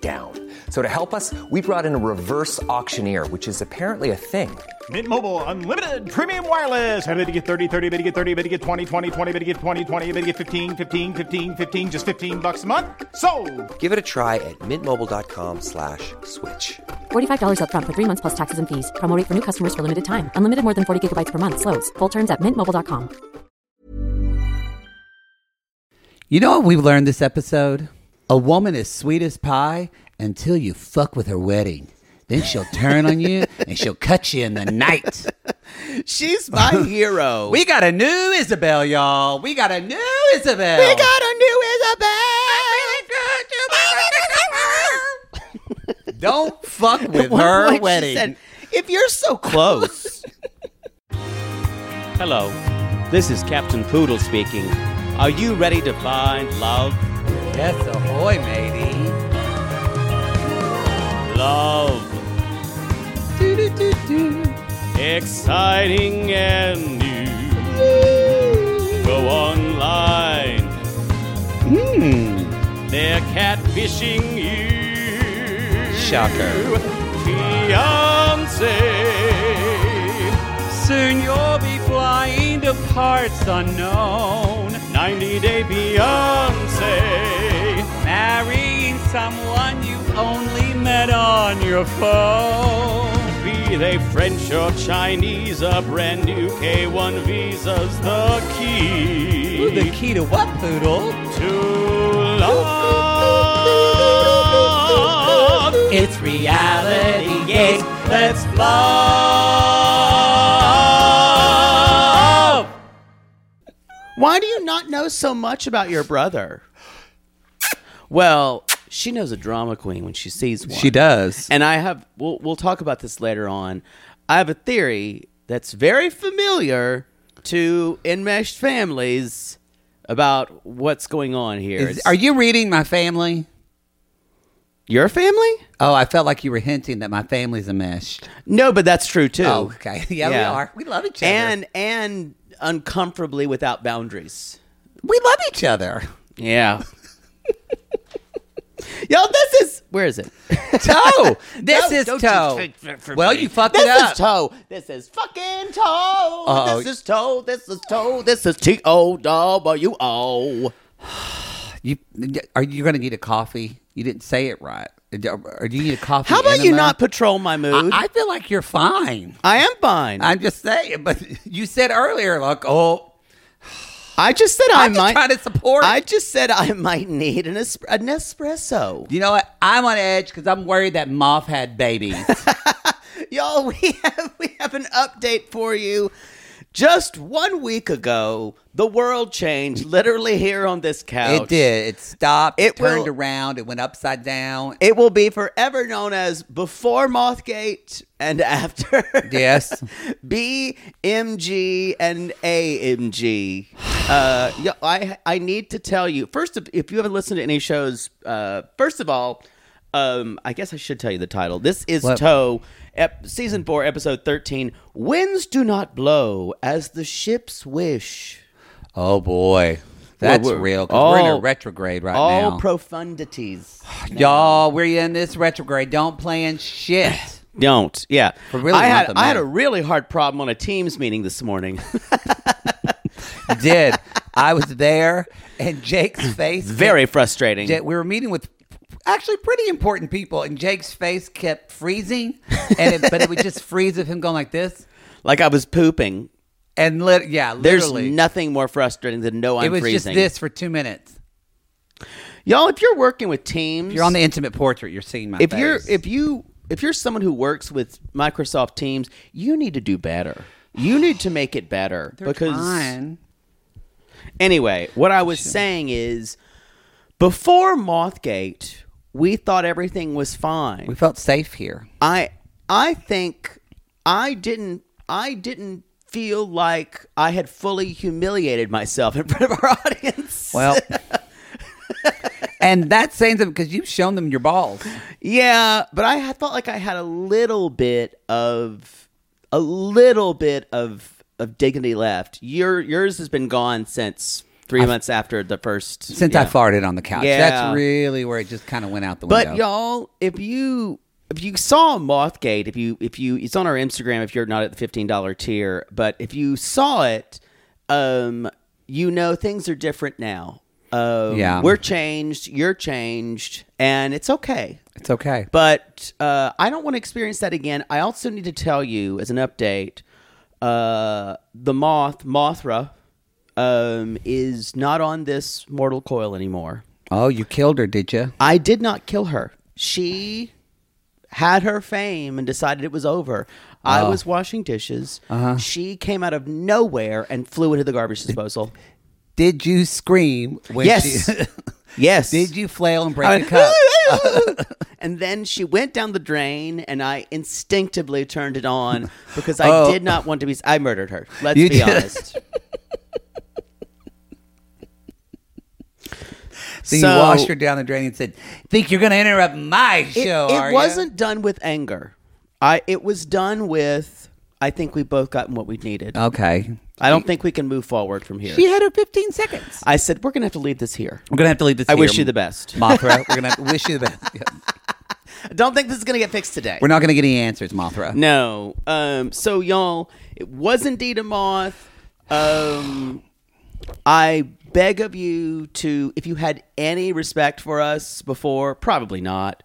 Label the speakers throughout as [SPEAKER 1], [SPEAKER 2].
[SPEAKER 1] down. So to help us, we brought in a reverse auctioneer, which is apparently a thing.
[SPEAKER 2] Mint Mobile unlimited premium wireless. Ready to get 30, 30, bit to get 30, bit to get 20, 20, 20, bit to get 20, 20, bit to get 15, 15, 15, 15 just 15 bucks a month. So,
[SPEAKER 1] Give it a try at mintmobile.com slash switch.
[SPEAKER 3] $45 upfront for three months plus taxes and fees. Promo rate for new customers for limited time. Unlimited more than 40 gigabytes per month. Slows. Full terms at mintmobile.com.
[SPEAKER 4] You know what we've learned this episode? A woman is sweet as pie until you fuck with her wedding. Then she'll turn on you and she'll cut you in the night.
[SPEAKER 5] She's my hero.
[SPEAKER 4] We got a new Isabel, y'all. We got a new Isabel.
[SPEAKER 5] We got a new Isabel.
[SPEAKER 4] Don't fuck with
[SPEAKER 5] One
[SPEAKER 4] her
[SPEAKER 5] point she
[SPEAKER 4] wedding.
[SPEAKER 5] said, if you're so close,
[SPEAKER 6] Hello, this is Captain Poodle speaking. Are you ready to find love?
[SPEAKER 4] yes, ahoy, matey.
[SPEAKER 6] Love. Exciting and new. Go online. They're catfishing you.
[SPEAKER 5] Shocker.
[SPEAKER 6] Fiance. Soon you'll be flying to parts unknown. 90 Day Beyonce. Marrying someone you only met on your phone. Be they French or Chinese, a brand new K1 visa's the key.
[SPEAKER 4] The key to what, poodle?
[SPEAKER 6] to love.
[SPEAKER 4] It's reality
[SPEAKER 6] Yes, let's love.
[SPEAKER 5] why do you not know so much about your brother? Well, she knows a drama queen when she sees one.
[SPEAKER 4] She does.
[SPEAKER 5] And I have we'll we'll talk about this later on. I have a theory that's very familiar to enmeshed families about what's going on here.
[SPEAKER 4] Is-
[SPEAKER 5] It's-
[SPEAKER 4] are you reading my family?
[SPEAKER 5] your family?
[SPEAKER 4] Oh, I felt like you were hinting that my family's a mesh.
[SPEAKER 5] No, but that's true too.
[SPEAKER 4] Oh, okay. Yeah, we are. We love each other.
[SPEAKER 5] And and uncomfortably without boundaries.
[SPEAKER 4] we love each other.
[SPEAKER 5] Yeah. Yo, this is where is it?
[SPEAKER 4] Toe. This
[SPEAKER 5] No,
[SPEAKER 4] is
[SPEAKER 5] don't
[SPEAKER 4] toe.
[SPEAKER 5] you fit for
[SPEAKER 4] Well,
[SPEAKER 5] me.
[SPEAKER 4] you fucked
[SPEAKER 5] this
[SPEAKER 4] it up.
[SPEAKER 5] is toe. This is fucking toe.
[SPEAKER 4] Uh-oh.
[SPEAKER 5] This is toe. This is toe. This is T O W O.
[SPEAKER 4] You are you going to need a coffee? You didn't say it right. Or do you need a coffee?
[SPEAKER 5] How about
[SPEAKER 4] and a
[SPEAKER 5] you
[SPEAKER 4] mug?
[SPEAKER 5] not patrol my mood?
[SPEAKER 4] I, I feel like you're fine.
[SPEAKER 5] I am fine. I,
[SPEAKER 4] I'm just saying. But you said earlier, like, oh,
[SPEAKER 5] just said I
[SPEAKER 4] I'm just
[SPEAKER 5] might.
[SPEAKER 4] trying to support.
[SPEAKER 5] I just said I might need an, es- an espresso.
[SPEAKER 4] you know what? I'm on edge because I'm worried that Moth had babies.
[SPEAKER 5] Y'all, we have we have an update for you. Just one week ago, the world changed literally here on this couch.
[SPEAKER 4] it did. It stopped. It
[SPEAKER 5] It will-
[SPEAKER 4] turned around. It went upside down.
[SPEAKER 5] It will be forever known as before Mothgate and after.
[SPEAKER 4] yes.
[SPEAKER 5] BMG and AMG. Uh, yo, I I need to tell you first of, if you haven't listened to any shows. Uh, first of all, um, I guess I should tell you the title. This is
[SPEAKER 4] What?
[SPEAKER 5] Toe, ep- season four, episode thirteen. Winds do not blow as the ships wish.
[SPEAKER 4] Oh boy, that's
[SPEAKER 5] We're- we're-
[SPEAKER 4] real. Because we're in a
[SPEAKER 5] all-
[SPEAKER 4] retrograde right
[SPEAKER 5] all
[SPEAKER 4] now.
[SPEAKER 5] profundities.
[SPEAKER 4] Y'all, we're in this retrograde. Don't plan shit.
[SPEAKER 5] Don't. Yeah.
[SPEAKER 4] really
[SPEAKER 5] I
[SPEAKER 4] not
[SPEAKER 5] had
[SPEAKER 4] the
[SPEAKER 5] I had
[SPEAKER 4] May.
[SPEAKER 5] a really hard problem on a Teams meeting this morning.
[SPEAKER 4] You did. I was there, and Jake's face.
[SPEAKER 5] Very
[SPEAKER 4] kept-
[SPEAKER 5] frustrating.
[SPEAKER 4] Ja- we were meeting with actually pretty important people, and Jake's face kept freezing, and it, but it would just freeze of him going like this,
[SPEAKER 5] like I was pooping.
[SPEAKER 4] and lit, yeah,
[SPEAKER 5] There's
[SPEAKER 4] literally,
[SPEAKER 5] nothing more frustrating than no I'm
[SPEAKER 4] it was
[SPEAKER 5] freezing.
[SPEAKER 4] just this for two minutes.
[SPEAKER 5] Y'all, if you're working with teams,
[SPEAKER 4] If you're on the intimate portrait. You're seeing my.
[SPEAKER 5] if
[SPEAKER 4] face.
[SPEAKER 5] you're if you if you're someone who works with Microsoft Teams, you need to do better. You need to make it better because
[SPEAKER 4] Fine.
[SPEAKER 5] anyway, what I was saying is before Mothgate, we thought everything was fine.
[SPEAKER 4] we felt safe here.
[SPEAKER 5] I I think I didn't I didn't feel like I had fully humiliated myself in front of our audience.
[SPEAKER 4] Well, and that saying something because you've shown them your balls.
[SPEAKER 5] Yeah, but I had- felt like I had a little bit of a little bit of of dignity left. Your yours has been gone since 3 months after the first
[SPEAKER 4] Since I
[SPEAKER 5] yeah.
[SPEAKER 4] farted on the couch,
[SPEAKER 5] Yeah.
[SPEAKER 4] that's really where it just kind of went out the window.
[SPEAKER 5] But y'all, if you if you saw Mothgate, if you if you it's on our Instagram if you're not at the fifteen dollar tier, but if you saw it, um, you know things are different now. Um,
[SPEAKER 4] Yeah.
[SPEAKER 5] we're changed. You're changed, and it's okay.
[SPEAKER 4] it's okay.
[SPEAKER 5] But uh, I don't want to experience that again. I also need to tell you as an update, uh, the moth Mothra um, is not on this mortal coil anymore.
[SPEAKER 4] oh, you killed her, did you?
[SPEAKER 5] I did not kill her. She had her fame and decided it was over. I
[SPEAKER 4] Ah.
[SPEAKER 5] was washing dishes.
[SPEAKER 4] Uh-huh.
[SPEAKER 5] She came out of nowhere and flew into the garbage disposal.
[SPEAKER 4] Did you scream? When
[SPEAKER 5] yes.
[SPEAKER 4] she-
[SPEAKER 5] yes.
[SPEAKER 4] did you flail and break
[SPEAKER 5] I
[SPEAKER 4] a cup?
[SPEAKER 5] went, and then she went down the drain, and I instinctively turned it on because I
[SPEAKER 4] Oh.
[SPEAKER 5] did not want to be. I murdered her. Let's
[SPEAKER 4] You
[SPEAKER 5] be
[SPEAKER 4] did.
[SPEAKER 5] honest.
[SPEAKER 4] So you washed her down the drain and said, "Think you're going to interrupt my
[SPEAKER 5] it,
[SPEAKER 4] show?"
[SPEAKER 5] it
[SPEAKER 4] are ya?"
[SPEAKER 5] wasn't done with anger. I it was done with. I think we both gotten what we needed.
[SPEAKER 4] Okay.
[SPEAKER 5] I don't think we can move forward from here.
[SPEAKER 4] Um, She had her 15 seconds.
[SPEAKER 5] I said we're gonna have to leave this here.
[SPEAKER 4] We're gonna have to leave this.
[SPEAKER 5] I
[SPEAKER 4] here,
[SPEAKER 5] wish you the best.
[SPEAKER 4] Mothra. We're gonna have to wish you the best. Yeah.
[SPEAKER 5] I don't think this is gonna get fixed today.
[SPEAKER 4] We're not gonna get any answers, Mothra.
[SPEAKER 5] No. Um, so y'all, it was indeed a moth. Um, I beg of you to, if you had any respect for us before, probably not.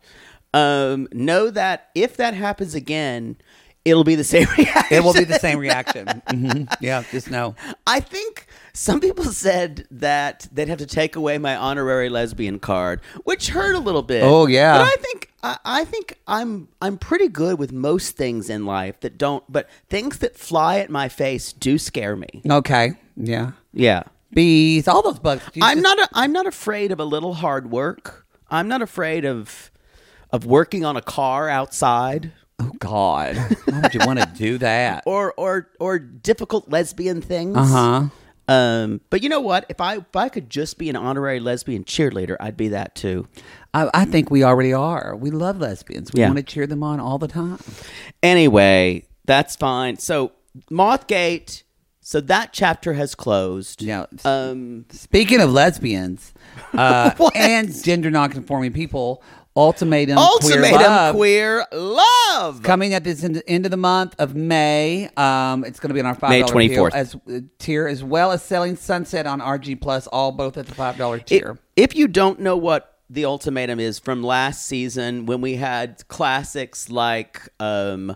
[SPEAKER 5] Um, know that if that happens again, it'll be the same reaction.
[SPEAKER 4] It will be the same reaction. hmm Yeah, just no.
[SPEAKER 5] I think some people said that they'd have to take away my honorary lesbian card, which hurt a little bit.
[SPEAKER 4] Oh, yeah.
[SPEAKER 5] but I think I, I think I'm I'm pretty good with most things in life that don't, but things that fly at my face do scare me.
[SPEAKER 4] Okay. Yeah.
[SPEAKER 5] Yeah,
[SPEAKER 4] Bees, all those bugs. You
[SPEAKER 5] I'm
[SPEAKER 4] just-
[SPEAKER 5] not a, I'm not afraid of a little hard work. I'm not afraid of of working on a car outside
[SPEAKER 4] Oh God. Why would you want to do that?
[SPEAKER 5] or or or difficult lesbian things.
[SPEAKER 4] Uh huh.
[SPEAKER 5] Um, but you know what? If I if I could just be an honorary lesbian cheerleader, I'd be that too.
[SPEAKER 4] I, I think we already are. We love lesbians. We
[SPEAKER 5] Yeah.
[SPEAKER 4] want to cheer them on all the time.
[SPEAKER 5] Anyway, that's fine. So Mothgate. So that chapter has closed.
[SPEAKER 4] Yeah. s-
[SPEAKER 5] Um.
[SPEAKER 4] Speaking of lesbians uh, and gender nonconforming people, ultimatum,
[SPEAKER 5] Ultimatum
[SPEAKER 4] queer love.
[SPEAKER 5] queer love.
[SPEAKER 4] Coming at this end, end of the month of May, um, it's going to be on our five
[SPEAKER 5] May
[SPEAKER 4] dollar
[SPEAKER 5] 24th.
[SPEAKER 4] tier as uh, tier, as well as selling Sunset on RG Plus, all both at the five dollar
[SPEAKER 5] I-
[SPEAKER 4] tier.
[SPEAKER 5] if you don't know what the ultimatum is from last season when we had classics like um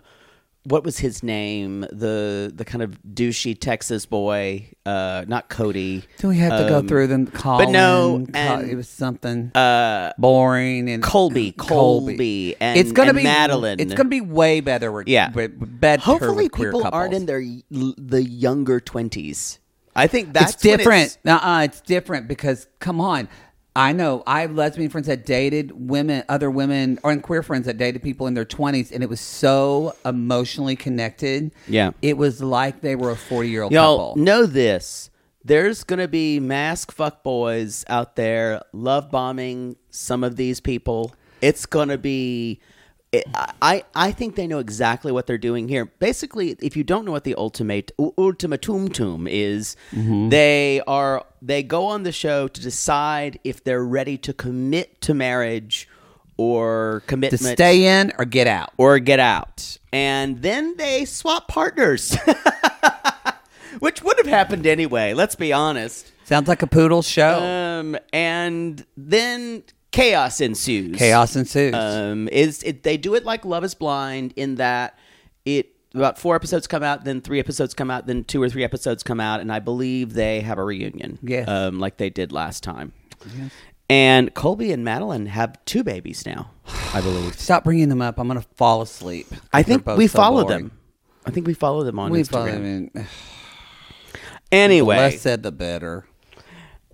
[SPEAKER 5] what was his name the the kind of douchey texas boy uh not cody
[SPEAKER 4] Do we have to go
[SPEAKER 5] um,
[SPEAKER 4] through them? Call
[SPEAKER 5] but no and
[SPEAKER 4] it was something boring and
[SPEAKER 5] Colby,
[SPEAKER 4] Colby.
[SPEAKER 5] Colby, and-
[SPEAKER 4] it's gonna
[SPEAKER 5] and
[SPEAKER 4] be
[SPEAKER 5] Madeline.
[SPEAKER 4] It's gonna be way better. With,
[SPEAKER 5] Yeah.
[SPEAKER 4] with, better
[SPEAKER 5] hopefully
[SPEAKER 4] with queer
[SPEAKER 5] people
[SPEAKER 4] couples.
[SPEAKER 5] aren't in their y- l- the younger 20s i think that's
[SPEAKER 4] it's
[SPEAKER 5] when
[SPEAKER 4] different. uh-uh, it's different because come on. I know I have lesbian friends that dated women, other women, or and queer friends that dated people in their twenties, and it was so emotionally connected.
[SPEAKER 5] Yeah.
[SPEAKER 4] it was like they were a forty-year-old
[SPEAKER 5] Y'all
[SPEAKER 4] couple.
[SPEAKER 5] know this. There's going to be mask fuckboys out there love bombing some of these people. It's going to be. It, I I think they know exactly what they're doing here. Basically, if you don't know what the ultimate u- ultimatum tum is,
[SPEAKER 4] Mm-hmm.
[SPEAKER 5] they are they go on the show to decide if they're ready to commit to marriage or
[SPEAKER 4] to
[SPEAKER 5] commitment
[SPEAKER 4] stay in or get out.
[SPEAKER 5] or get out. And then they swap partners, which would have happened anyway, let's be honest.
[SPEAKER 4] Sounds like a poodle show.
[SPEAKER 5] Um, and then chaos ensues.
[SPEAKER 4] Chaos ensues.
[SPEAKER 5] Um, is it, they do it like Love is Blind in that it about four episodes come out, then three episodes come out, then two or three episodes come out, and I believe they have a reunion.
[SPEAKER 4] Yes.
[SPEAKER 5] Um, like they did last time. And Colby and Madeline have two babies now, I believe.
[SPEAKER 4] Stop bringing them up. I'm gonna fall asleep.
[SPEAKER 5] I
[SPEAKER 4] They're
[SPEAKER 5] think
[SPEAKER 4] both
[SPEAKER 5] we
[SPEAKER 4] so
[SPEAKER 5] follow
[SPEAKER 4] boring.
[SPEAKER 5] them. I think we follow them on
[SPEAKER 4] We
[SPEAKER 5] Instagram.
[SPEAKER 4] follow them.
[SPEAKER 5] Anyway,
[SPEAKER 4] Less said, the better.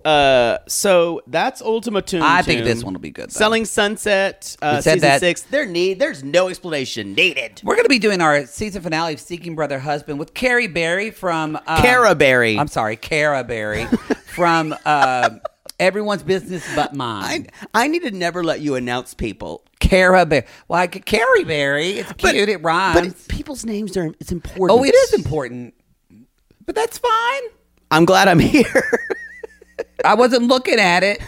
[SPEAKER 6] Uh, so that's Ultima Tomb.
[SPEAKER 4] I think
[SPEAKER 6] Tomb.
[SPEAKER 4] this one will be good, though.
[SPEAKER 5] Selling Sunset, uh,
[SPEAKER 4] We said
[SPEAKER 5] season
[SPEAKER 4] that-
[SPEAKER 5] six. There need there's no explanation needed.
[SPEAKER 4] We're going to be doing our season finale of Seeking Brother Husband with Carrie Barry from um,
[SPEAKER 5] Cara Berry.
[SPEAKER 4] I'm sorry, Cara Barry from uh, Everyone's Business But
[SPEAKER 5] I
[SPEAKER 4] Mine.
[SPEAKER 5] I need to never let you announce people.
[SPEAKER 4] Cara Barry. Why well, Carrie Barry? It's cute. it rhymes.
[SPEAKER 5] But it- people's names are it's important.
[SPEAKER 4] oh, it is important, but that's fine.
[SPEAKER 5] I'm glad I'm here.
[SPEAKER 4] I wasn't looking at it.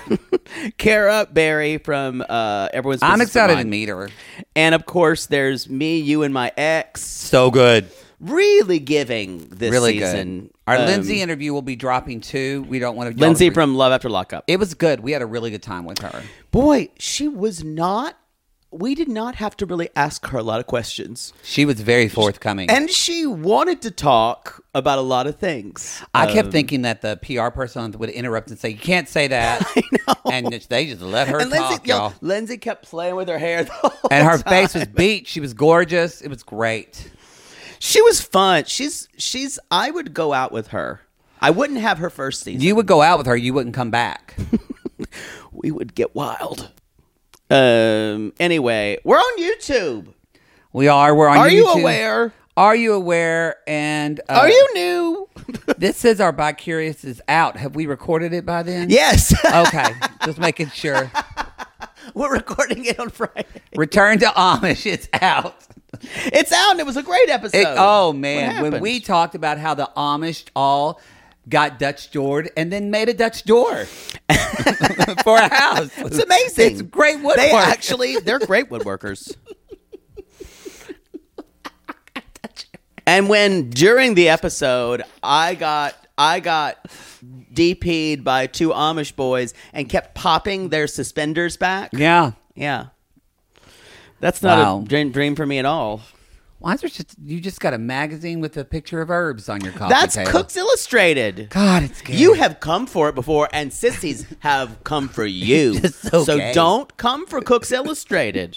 [SPEAKER 5] Cara Berry from uh, everyone's.
[SPEAKER 4] I'm
[SPEAKER 5] Business
[SPEAKER 4] excited
[SPEAKER 5] Online.
[SPEAKER 4] to meet her.
[SPEAKER 5] And of course, there's me, you, and my ex.
[SPEAKER 4] So good.
[SPEAKER 5] Really giving this
[SPEAKER 4] Really
[SPEAKER 5] season.
[SPEAKER 4] good. Our
[SPEAKER 5] Um,
[SPEAKER 4] Lindsay interview will be dropping too. We don't want to.
[SPEAKER 5] Lindsay from Love After Lockup.
[SPEAKER 4] It was good. We had a really good time with her.
[SPEAKER 5] Boy, she was not. We did not have to really ask her a lot of questions,
[SPEAKER 4] She was very forthcoming.
[SPEAKER 5] and she wanted to talk about a lot of things.
[SPEAKER 4] I kept thinking that the PR person would interrupt and say, "You can't say that," I know. and they just let her
[SPEAKER 5] and
[SPEAKER 4] talk,
[SPEAKER 5] Lindsay,
[SPEAKER 4] y'all.
[SPEAKER 5] yo, Lindsay kept playing with her hair. The whole
[SPEAKER 4] And her
[SPEAKER 5] time.
[SPEAKER 4] face was beat. She was gorgeous. It was great.
[SPEAKER 5] She was fun. She's she's. I would go out with her. I wouldn't have her first season.
[SPEAKER 4] You would go out with her. You wouldn't come back.
[SPEAKER 5] we would get wild. Um. Anyway, we're on YouTube.
[SPEAKER 4] We are. We're on.
[SPEAKER 5] Are you
[SPEAKER 4] YouTube.
[SPEAKER 5] aware?
[SPEAKER 4] Are you aware? And uh,
[SPEAKER 5] Are you new?
[SPEAKER 4] This is our By Curious is out. Have we recorded it by then?
[SPEAKER 5] yes,
[SPEAKER 4] Okay. just making sure.
[SPEAKER 5] we're recording it on Friday.
[SPEAKER 4] Return to Amish. It's out.
[SPEAKER 5] It's out. and It was a great episode.
[SPEAKER 4] It- oh
[SPEAKER 5] What
[SPEAKER 4] man, when
[SPEAKER 5] happened?
[SPEAKER 4] we talked about how the Amish all got Dutch doored and then made a Dutch door for a house.
[SPEAKER 5] It's amazing.
[SPEAKER 4] It's great woodwork.
[SPEAKER 5] They actually, they're great woodworkers. and when during the episode, I got I got DP'd by two Amish boys and kept popping their suspenders back.
[SPEAKER 4] yeah.
[SPEAKER 5] yeah. That's not
[SPEAKER 4] Wow.
[SPEAKER 5] a dream, dream for me at all.
[SPEAKER 4] Why is there just you just got a magazine with a picture of herbs on your coffee
[SPEAKER 5] That's
[SPEAKER 4] table?
[SPEAKER 5] Cooks Illustrated.
[SPEAKER 4] God, it's good.
[SPEAKER 5] You have come for it before, and sissies have come for you.
[SPEAKER 4] so gay.
[SPEAKER 5] don't come for Cooks Illustrated.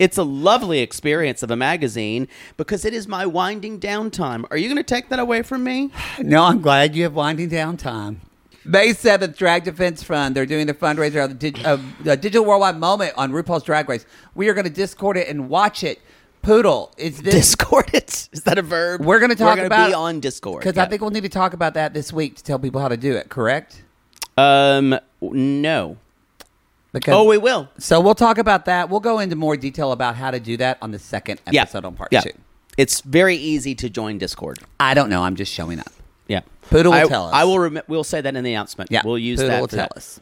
[SPEAKER 5] it's a lovely experience of a magazine because it is my winding down time. Are you going to take that away from me?
[SPEAKER 4] No, I'm glad you have winding down time. May 7th, Drag Defense Fund. They're doing their fundraiser of the, dig- of the Digital Worldwide Moment on RuPaul's Drag Race. We are going to Discord it and watch it. Poodle, it's this.
[SPEAKER 5] Discord it. Is that a verb?
[SPEAKER 4] We're going to talk
[SPEAKER 5] gonna
[SPEAKER 4] about
[SPEAKER 5] be on Discord
[SPEAKER 4] Because I
[SPEAKER 5] yeah.
[SPEAKER 4] think we'll need to talk about that this week to tell people how to do it, correct?
[SPEAKER 5] Um, no.
[SPEAKER 4] Because,
[SPEAKER 5] Oh, we will.
[SPEAKER 4] So we'll talk about that. We'll go into more detail about how to do that on the second
[SPEAKER 5] Yeah.
[SPEAKER 4] episode on part
[SPEAKER 5] Yeah.
[SPEAKER 4] two.
[SPEAKER 5] It's very easy to join Discord.
[SPEAKER 4] I don't know. I'm just showing up.
[SPEAKER 5] Yeah.
[SPEAKER 4] Poodle will
[SPEAKER 5] I,
[SPEAKER 4] tell us.
[SPEAKER 5] I will. Rem- we'll say that in the announcement.
[SPEAKER 4] Yeah.
[SPEAKER 5] We'll use
[SPEAKER 4] Poodle
[SPEAKER 5] that.
[SPEAKER 4] will
[SPEAKER 5] for
[SPEAKER 4] tell
[SPEAKER 5] that.
[SPEAKER 4] us.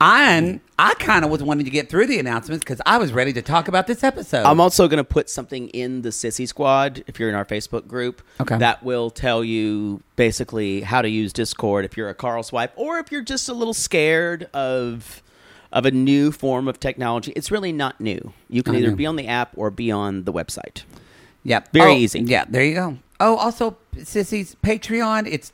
[SPEAKER 4] I, I kind of was wanting to get through the announcements because I was ready to talk about this episode.
[SPEAKER 5] I'm also going to put something in the Sissy Squad if you're in our Facebook group.
[SPEAKER 4] Okay.
[SPEAKER 5] That will tell you basically how to use Discord if you're a Carl swipe or if you're just a little scared of of a new form of technology. It's really not new. You can
[SPEAKER 4] Not
[SPEAKER 5] either
[SPEAKER 4] new.
[SPEAKER 5] be on the app or be on the website.
[SPEAKER 4] Yep.
[SPEAKER 5] Very
[SPEAKER 4] Oh,
[SPEAKER 5] easy.
[SPEAKER 4] Yeah, there you go. Oh, also Sissy's Patreon, it's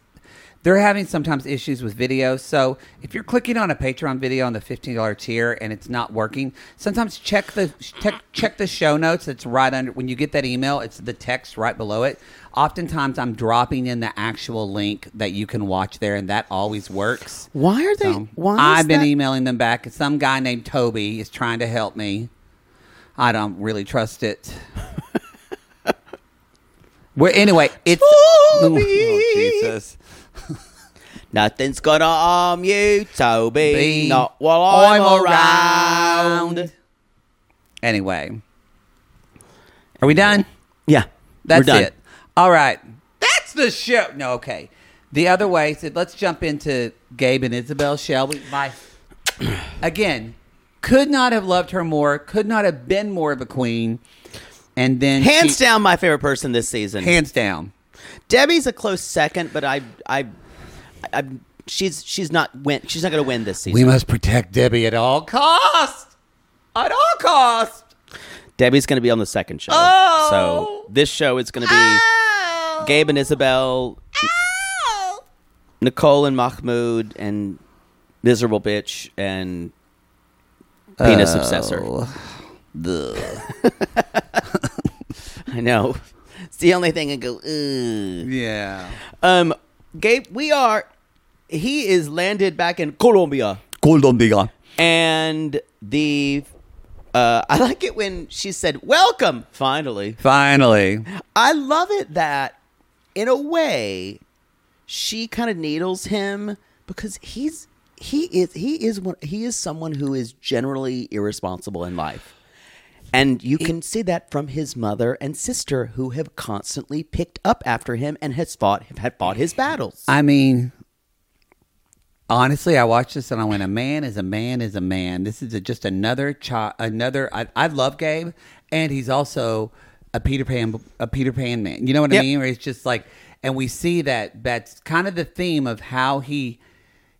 [SPEAKER 4] they're having sometimes issues with video. So if you're clicking on a Patreon video on the fifteen dollar tier and it's not working, sometimes check the check check the show notes. It's right under when you get that email, it's the text right below it. Oftentimes I'm dropping in the actual link that you can watch there and that always works.
[SPEAKER 5] Why are they?
[SPEAKER 4] So,
[SPEAKER 5] why?
[SPEAKER 4] Um, I've been
[SPEAKER 5] emailing.
[SPEAKER 4] emailing them back. Some guy named Toby is trying to help me. I don't really trust it. well, anyway, it's
[SPEAKER 5] Toby!
[SPEAKER 4] Oh, Jesus.
[SPEAKER 5] Nothing's gonna harm you, Toby.
[SPEAKER 4] Be-
[SPEAKER 5] Not while I'm,
[SPEAKER 4] I'm
[SPEAKER 5] around.
[SPEAKER 4] around. Anyway, are we done?
[SPEAKER 5] Yeah,
[SPEAKER 4] That's
[SPEAKER 5] we're done.
[SPEAKER 4] it. All right, that's the show. No, okay. The other way said, let's jump into Gabe and Isabel, shall we? My again, could not have loved her more. Could not have been more of a queen. And then
[SPEAKER 5] Hands
[SPEAKER 4] she-
[SPEAKER 5] down, my favorite person this season.
[SPEAKER 4] hands down.
[SPEAKER 5] Debbie's a close second, but I, I, I, she's she's not win. She's not going to win this season.
[SPEAKER 4] must protect Debbie at all costs. At all costs.
[SPEAKER 5] Debbie's going to be on the second show.
[SPEAKER 4] Oh.
[SPEAKER 5] So this show is going to be Gabe and Isabel, Nicole and Mahmoud, and miserable bitch and penis obsessor. I know. It's the only thing I go. Ugh.
[SPEAKER 4] Yeah.
[SPEAKER 5] Um, Gabe, we are he is landed back in Colombia,
[SPEAKER 4] Colombia.
[SPEAKER 5] and the uh, I like it when she said "Welcome." Finally,
[SPEAKER 4] Finally.
[SPEAKER 5] I love it that in a way she kind of needles him because he's he is he is one he is someone who is generally irresponsible in life. And you can see that from his mother and sister who have constantly picked up after him and has fought have fought his battles.
[SPEAKER 4] I mean, honestly, I watched this and I went, "A man is a man is a man." This is a, just another child. Another. I, I love Gabe, and he's also a Peter Pan, a Peter Pan man. You know what I
[SPEAKER 5] Yep.
[SPEAKER 4] mean? Where it's just like, and we see that that's kind of the theme of how he.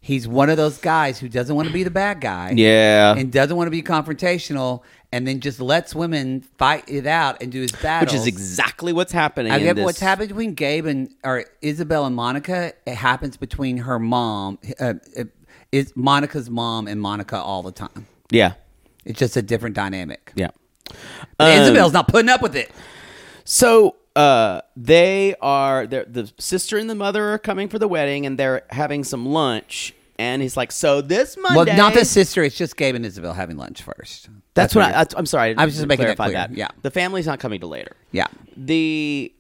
[SPEAKER 4] He's one of those guys who doesn't want to be the bad guy.
[SPEAKER 5] Yeah.
[SPEAKER 4] And doesn't want to be confrontational and then just lets women fight it out and do his
[SPEAKER 5] which
[SPEAKER 4] battles.
[SPEAKER 5] is exactly what's happening.
[SPEAKER 4] I
[SPEAKER 5] in
[SPEAKER 4] get
[SPEAKER 5] this.
[SPEAKER 4] what's happened between Gabe and or Isabel and Monica. It happens between her mom, uh, it- is Monica's mom and Monica all the time.
[SPEAKER 5] Yeah.
[SPEAKER 4] It's just a different dynamic.
[SPEAKER 5] Yeah.
[SPEAKER 4] But
[SPEAKER 5] Um,
[SPEAKER 4] Isabel's not putting up with it.
[SPEAKER 5] So uh, they are they're- the sister and the mother are coming for the wedding, and they're having some lunch. And he's like, "So this
[SPEAKER 4] Well,
[SPEAKER 5] Monday,
[SPEAKER 4] not the sister. It's just Gabe and Isabel having lunch first.
[SPEAKER 5] That's, what I, I, am sorry.
[SPEAKER 4] I was just
[SPEAKER 5] didn't
[SPEAKER 4] making that
[SPEAKER 5] clarify
[SPEAKER 4] clear, yeah.
[SPEAKER 5] the family's not coming to later.
[SPEAKER 4] Yeah.
[SPEAKER 5] the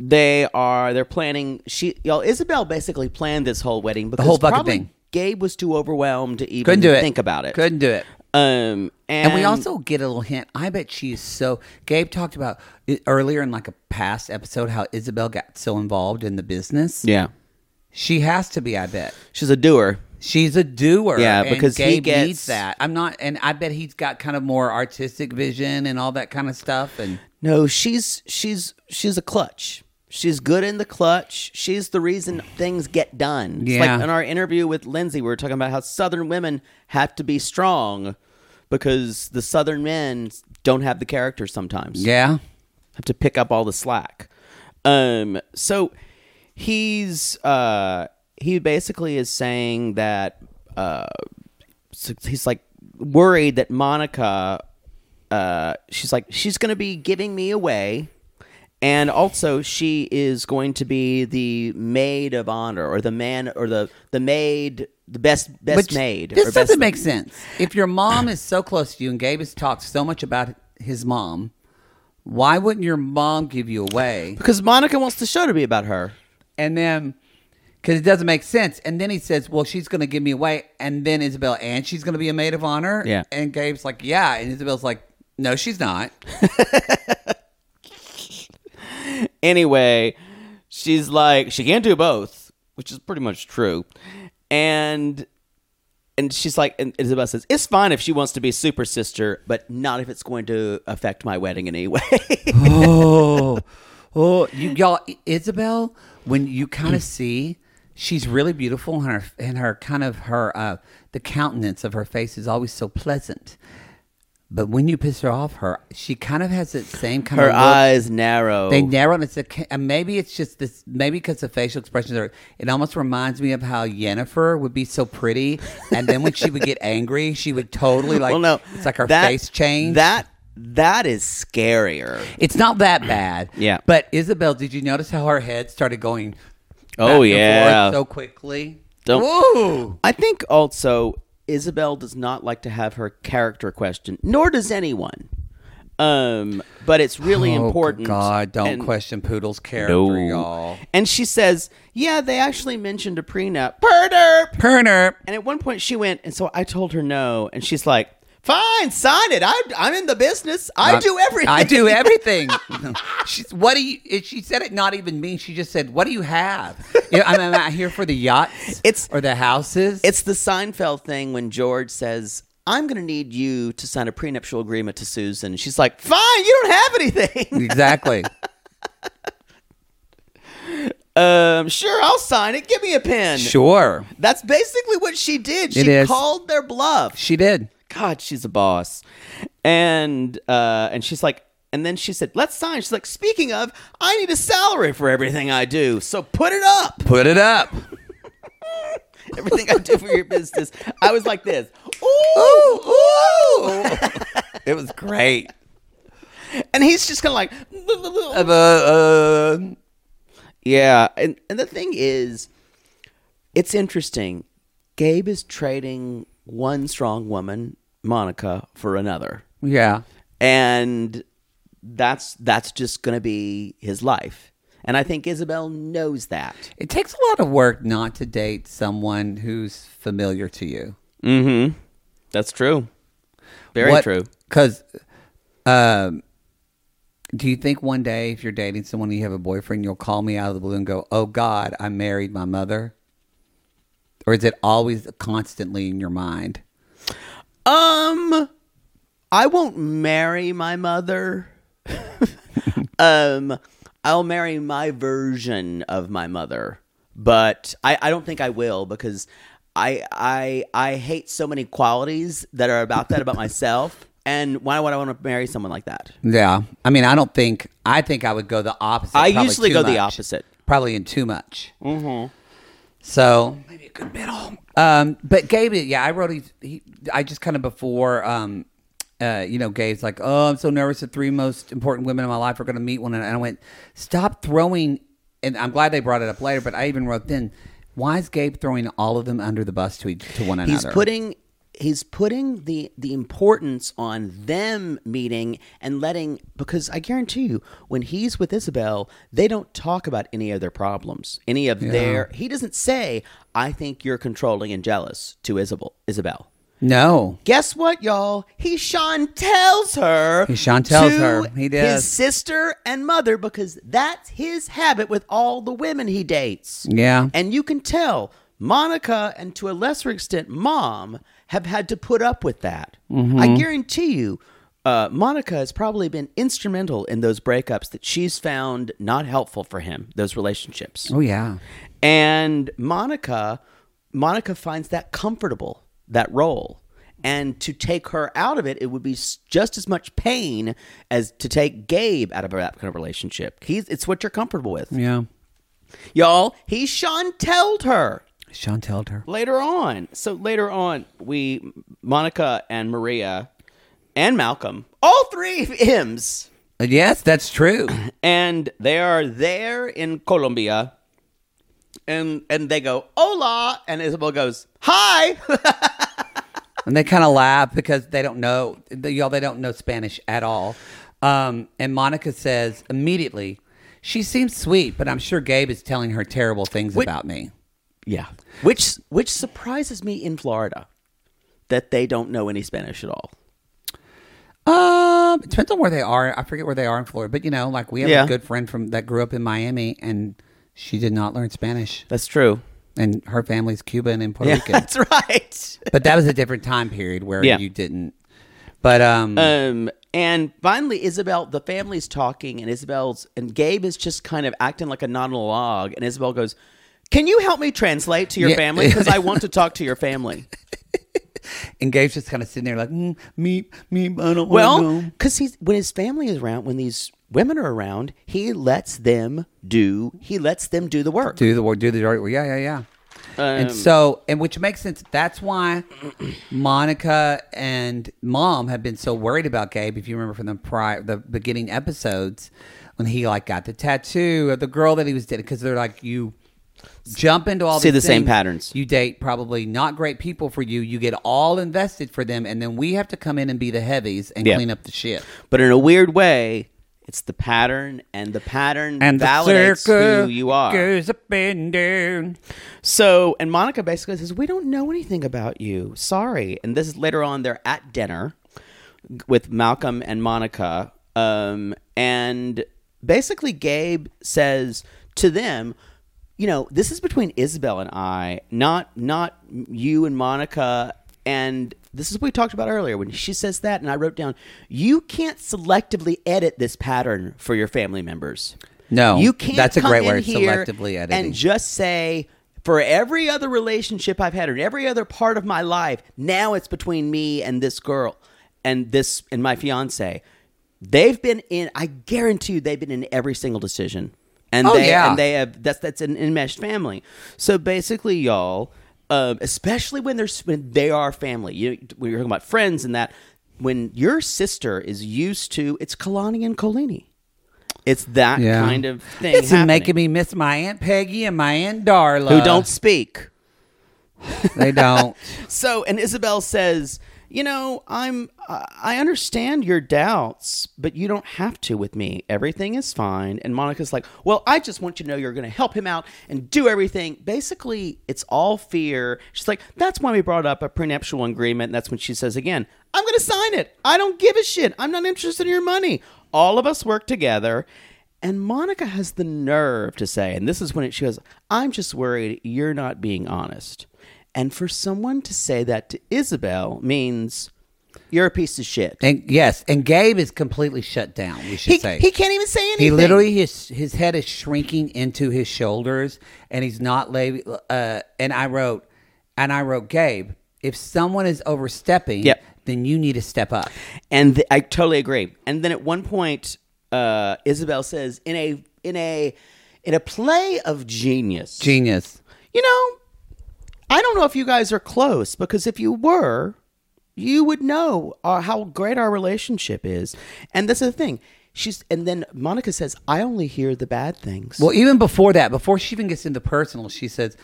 [SPEAKER 5] they are they're planning. She y'all Isabel basically planned this whole wedding because
[SPEAKER 4] whole fucking
[SPEAKER 5] probably
[SPEAKER 4] thing.
[SPEAKER 5] Gabe was too overwhelmed to even
[SPEAKER 4] Couldn't do it.
[SPEAKER 5] think about it.
[SPEAKER 4] Couldn't do it.
[SPEAKER 5] Um, and,
[SPEAKER 4] And, we also get a little hint. I bet she is so. Gabe talked about it earlier in like a past episode how Isabel got so involved in the business.
[SPEAKER 5] yeah,
[SPEAKER 4] She has to be. I bet.
[SPEAKER 5] she's a doer.
[SPEAKER 4] She's a doer.
[SPEAKER 5] Yeah,
[SPEAKER 4] and
[SPEAKER 5] because he
[SPEAKER 4] Gabe
[SPEAKER 5] gets-
[SPEAKER 4] needs that. I'm not, and I bet he's got kind of more artistic vision and all that kind of stuff. And
[SPEAKER 5] No, she's she's she's a clutch. She's good in the clutch. She's the reason things get done. It's
[SPEAKER 4] Yeah.
[SPEAKER 5] like in our interview with Lindsay, we were talking about how Southern women have to be strong because the Southern men don't have the character sometimes.
[SPEAKER 4] yeah,
[SPEAKER 5] Have to pick up all the slack. Um so he's uh he basically is saying that uh so he's like worried that Monica, uh, she's like she's going to be giving me away, and also she is going to be the maid of honor or the man or the the maid, the best best
[SPEAKER 4] Which-
[SPEAKER 5] maid. or
[SPEAKER 4] This
[SPEAKER 5] best-
[SPEAKER 4] doesn't make sense. If your mom is so close to you, and Gabe has talked so much about his mom, why wouldn't your mom give you away?
[SPEAKER 5] because Monica wants the show to be about her.
[SPEAKER 4] And then, because it doesn't make sense. And then he says, "Well, she's going to give me away," and then Isabel, and she's going to be a maid of honor.
[SPEAKER 5] Yeah.
[SPEAKER 4] and Gabe's like, "Yeah," and Isabel's like, "No, she's not."
[SPEAKER 5] Anyway, she's like she can't do both, which is pretty much true, and. And she's like, and Isabel says, it's fine if she wants to be super sister, but not if it's going to affect my wedding in any way.
[SPEAKER 4] oh, oh, you, y'all, Isabel, when you kind
[SPEAKER 5] Mm.
[SPEAKER 4] of see, she's really beautiful, and her and her kind of her uh, the countenance of her face is always so pleasant. But when you piss her off, her she kind of has that same kind
[SPEAKER 5] her
[SPEAKER 4] of look.
[SPEAKER 5] eyes narrow.
[SPEAKER 4] They narrow, and it's a ca- and maybe it's just this. Maybe because the facial expressions are, it almost reminds me of how Yennefer would be so pretty, and then when she would get angry, she would totally like.
[SPEAKER 5] well, no,
[SPEAKER 4] it's like her
[SPEAKER 5] that-
[SPEAKER 4] face changed.
[SPEAKER 5] That that is scarier.
[SPEAKER 4] It's not that bad.
[SPEAKER 5] Yeah.
[SPEAKER 4] But Isabel, did you notice how her head started going? back
[SPEAKER 5] Oh,
[SPEAKER 4] and
[SPEAKER 5] yeah.
[SPEAKER 4] forth so quickly.
[SPEAKER 5] Don't-
[SPEAKER 4] Ooh.
[SPEAKER 5] I think also Isabel does not like to have her character questioned, nor does anyone. Um, but it's really
[SPEAKER 4] Oh,
[SPEAKER 5] important.
[SPEAKER 4] God, don't
[SPEAKER 5] and-
[SPEAKER 4] question Poodle's character,
[SPEAKER 5] No.
[SPEAKER 4] y'all.
[SPEAKER 5] And she says, "Yeah, they actually mentioned a prenup, perderp."
[SPEAKER 4] Perner.
[SPEAKER 5] And at one point, she went, and so I told her no, and she's like, "Fine, sign it. I, I'm in the business. I do everything.
[SPEAKER 4] I do everything. She's, what do you? it- She said it. Not even me. She just said, "What do you have? You know, I'm, I'm out here for the yachts.
[SPEAKER 5] It's-
[SPEAKER 4] or the houses.
[SPEAKER 5] It's the Seinfeld thing when George says, I'm going to need you to sign a prenuptial agreement to Susan. She's like, fine, you don't have anything.
[SPEAKER 4] exactly.
[SPEAKER 5] um, sure, I'll sign it. Give me a pen.
[SPEAKER 4] sure,
[SPEAKER 5] That's basically what she did.
[SPEAKER 4] It
[SPEAKER 5] She
[SPEAKER 4] is.
[SPEAKER 5] called their bluff.
[SPEAKER 4] she did.
[SPEAKER 5] God, she's a boss. And uh, and she's like, and then she said, let's sign. She's like, speaking of, I need a salary for everything I do. So put it up.
[SPEAKER 4] Put it up.
[SPEAKER 5] Everything I do for your business. I was like this. Ooh, ooh.
[SPEAKER 4] It was great.
[SPEAKER 5] And he's just kind of like,
[SPEAKER 4] Uh, uh,
[SPEAKER 5] Uh-uh. yeah. And, and the thing is, It's interesting. Gabe is trading one strong woman, Monica, for another.
[SPEAKER 4] Yeah.
[SPEAKER 5] and that's that's just going to be his life. And I think Isabel knows that.
[SPEAKER 4] It takes a lot of work not to date someone who's familiar to you.
[SPEAKER 5] Mm-hmm. That's true. Very true.
[SPEAKER 4] Because, um, do you think one day if you're dating someone and you have a boyfriend, you'll call me out of the blue and go, "Oh God, I married my mother," or is it always constantly in your mind?
[SPEAKER 5] Um, I won't marry my mother. um, I'll marry my version of my mother, but I, I don't think I will because I I I hate so many qualities that are about that about myself. And why would I want to marry someone like that?
[SPEAKER 4] Yeah, I mean, I don't think I think I would go the opposite.
[SPEAKER 5] I
[SPEAKER 4] probably
[SPEAKER 5] usually
[SPEAKER 4] too
[SPEAKER 5] go the
[SPEAKER 4] much.
[SPEAKER 5] opposite.
[SPEAKER 4] probably in too much. Mm-hmm. So maybe a good middle. Um, but Gabe, yeah, I wrote. He, he I just kind of before. Um, uh, you know, Gabe's like, oh, I'm so nervous. The three most important women in my life are going to meet one, and I went, stop throwing. And I'm glad they brought it up later, but I even wrote then, why is Gabe throwing all of them under the bus to each, to one another?
[SPEAKER 5] He's putting he's putting the the importance on them meeting and letting because I guarantee you when he's with Isabel, they don't talk about any of their problems, any of their. He doesn't say, "I think you're controlling and jealous" to Isabel. Isabel.
[SPEAKER 4] no.
[SPEAKER 5] Guess what, y'all? He Sean tells her.
[SPEAKER 4] He Sean tells
[SPEAKER 5] to
[SPEAKER 4] her. He does.
[SPEAKER 5] His sister and mother because that's his habit with all the women he dates.
[SPEAKER 4] Yeah.
[SPEAKER 5] And you can tell Monica and to a lesser extent mom have had to put up with that.
[SPEAKER 4] Mm-hmm.
[SPEAKER 5] I guarantee you, uh, Monica has probably been instrumental in those breakups that she's found not helpful for him, those relationships.
[SPEAKER 4] oh yeah.
[SPEAKER 5] And Monica, Monica finds that comfortable, that role. And to take her out of it, it would be s- just as much pain as to take Gabe out of that kind of relationship. He's, it's what you're comfortable with.
[SPEAKER 4] Yeah.
[SPEAKER 5] Y'all, he Chantel'd her
[SPEAKER 4] Sean told her.
[SPEAKER 5] later on. So later on, we Monica and Maria and Malcolm, all three M's,
[SPEAKER 4] Uh, Yes, that's true.
[SPEAKER 5] and they are there in Colombia, and and they go hola, and Isabel goes hi.
[SPEAKER 4] and they kind of laugh because they don't know the, y'all they don't know spanish at all um, and monica says immediately she seems sweet but i'm sure gabe is telling her terrible things about me
[SPEAKER 5] yeah, which which surprises me in Florida that they don't know any Spanish at all.
[SPEAKER 4] um it depends on where they are i forget where they are in florida but you know like we have
[SPEAKER 5] Yeah.
[SPEAKER 4] a good friend from that grew up in miami and she did not learn spanish
[SPEAKER 5] That's true.
[SPEAKER 4] and her family's cuban and puerto
[SPEAKER 5] Yeah,
[SPEAKER 4] rican
[SPEAKER 5] that's right.
[SPEAKER 4] but that was a different time period where
[SPEAKER 5] Yeah.
[SPEAKER 4] you didn't but um
[SPEAKER 5] Um, and finally, Isabel, the family's talking, and Isabel's and Gabe is just kind of acting like a monologue, and Isabel goes, "Can you help me translate to your
[SPEAKER 4] Yeah.
[SPEAKER 5] family? Because I want to talk to your family."
[SPEAKER 4] and gabe's just kind of sitting there like mm, me me i don't wanna
[SPEAKER 5] well,
[SPEAKER 4] know."
[SPEAKER 5] because he's when his family is around, when these women are around, he lets them do he lets them do the work.
[SPEAKER 4] do the work, do the dirty work. Yeah, yeah, yeah.
[SPEAKER 5] Um,
[SPEAKER 4] and so, and which makes sense. That's why Monica and Mom have been so worried about Gabe. If you remember from the prior, the beginning episodes, when he like got the tattoo of the girl that he was dating, because they're like, you jump into all
[SPEAKER 5] See
[SPEAKER 4] these
[SPEAKER 5] the same
[SPEAKER 4] things.
[SPEAKER 5] patterns.
[SPEAKER 4] You date probably not great people for you. You get all invested for them, and then we have to come in and be the heavies and
[SPEAKER 5] Yeah.
[SPEAKER 4] clean up the shit.
[SPEAKER 5] But in a weird way, it's the pattern, and the pattern validates who you are.
[SPEAKER 4] goes up and down.
[SPEAKER 5] So, and Monica basically says, We don't know anything about you. Sorry. And this is later on, they're at dinner with Malcolm and Monica. Um, and basically, Gabe says to them, you know, this is between Isabel and I, not not you and Monica. And this is what we talked about earlier when she says that, and I wrote down, you can't selectively edit this pattern for your family members.
[SPEAKER 4] No,
[SPEAKER 5] you can't.
[SPEAKER 4] that's a
[SPEAKER 5] come
[SPEAKER 4] great
[SPEAKER 5] in
[SPEAKER 4] word,
[SPEAKER 5] here
[SPEAKER 4] selectively
[SPEAKER 5] and
[SPEAKER 4] editing.
[SPEAKER 5] just say for every other relationship I've had or in every other part of my life, now it's between me and this girl and this and my fiance. They've been in I guarantee you they've been in every single decision. And
[SPEAKER 4] Oh,
[SPEAKER 5] they
[SPEAKER 4] yeah.
[SPEAKER 5] and they have that's that's an enmeshed family. So basically y'all um, especially when they're s- when they are family. You we were talking about friends and that when your sister is used to it's Kalani and Colini. It's that kind of thing.
[SPEAKER 4] It's
[SPEAKER 5] happening
[SPEAKER 4] making me miss my aunt Peggy and my aunt Darla,
[SPEAKER 5] who don't speak.
[SPEAKER 4] They don't.
[SPEAKER 5] So, and Isabel says, "You know, I'm I I understand your doubts, but you don't have to with me. Everything is fine." And Monica's like, "Well, I just want you to know you're going to help him out and do everything." Basically, it's all fear. She's like, "That's why we brought up a prenuptial agreement." And that's when she says again, "I'm going to sign it. I don't give a shit. I'm not interested in your money. All of us work together." And Monica has the nerve to say, and this is when it, she goes, I'm just worried you're not being honest. And for someone to say that to Isabel means you're a piece of shit.
[SPEAKER 4] And yes, and Gabe is completely shut down. We should
[SPEAKER 5] He,
[SPEAKER 4] say
[SPEAKER 5] he can't even say anything.
[SPEAKER 4] He literally his his head is shrinking into his shoulders, and he's not la- uh And I wrote, and I wrote, Gabe, if someone is overstepping,
[SPEAKER 5] Yep.
[SPEAKER 4] then you need to step up.
[SPEAKER 5] And th- I totally agree. And then at one point, uh, Isabel says, in a in a in a play of genius,
[SPEAKER 4] Genius.
[SPEAKER 5] you know, I don't know if you guys are close because if you were, you would know uh, how great our relationship is. And that's the thing. She's and then Monica says, "I only hear the bad things."
[SPEAKER 4] Well, even before that, before she even gets into personal, she says.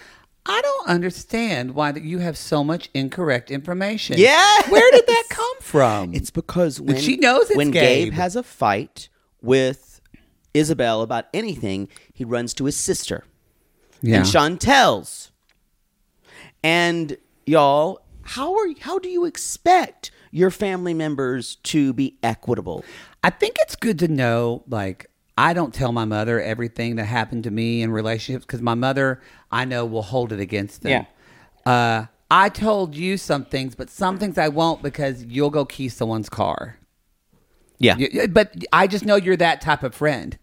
[SPEAKER 4] I don't understand why that you have so much incorrect information.
[SPEAKER 5] Yes!
[SPEAKER 4] where did that come from?
[SPEAKER 5] It's because when
[SPEAKER 4] she knows it's
[SPEAKER 5] when
[SPEAKER 4] Gabe.
[SPEAKER 5] has a fight with Isabel about anything, he runs to his sister
[SPEAKER 4] yeah.
[SPEAKER 5] and Chantel's. And y'all, how are how do you expect your family members to be equitable?
[SPEAKER 4] I think it's good to know, like, I don't tell my mother everything that happened to me in relationships because my mother, I know, will hold it against them. Yeah. Uh, I told you some things, but some things I won't because you'll go key someone's car.
[SPEAKER 5] Yeah,
[SPEAKER 4] Y- y- But I just know you're that type of friend,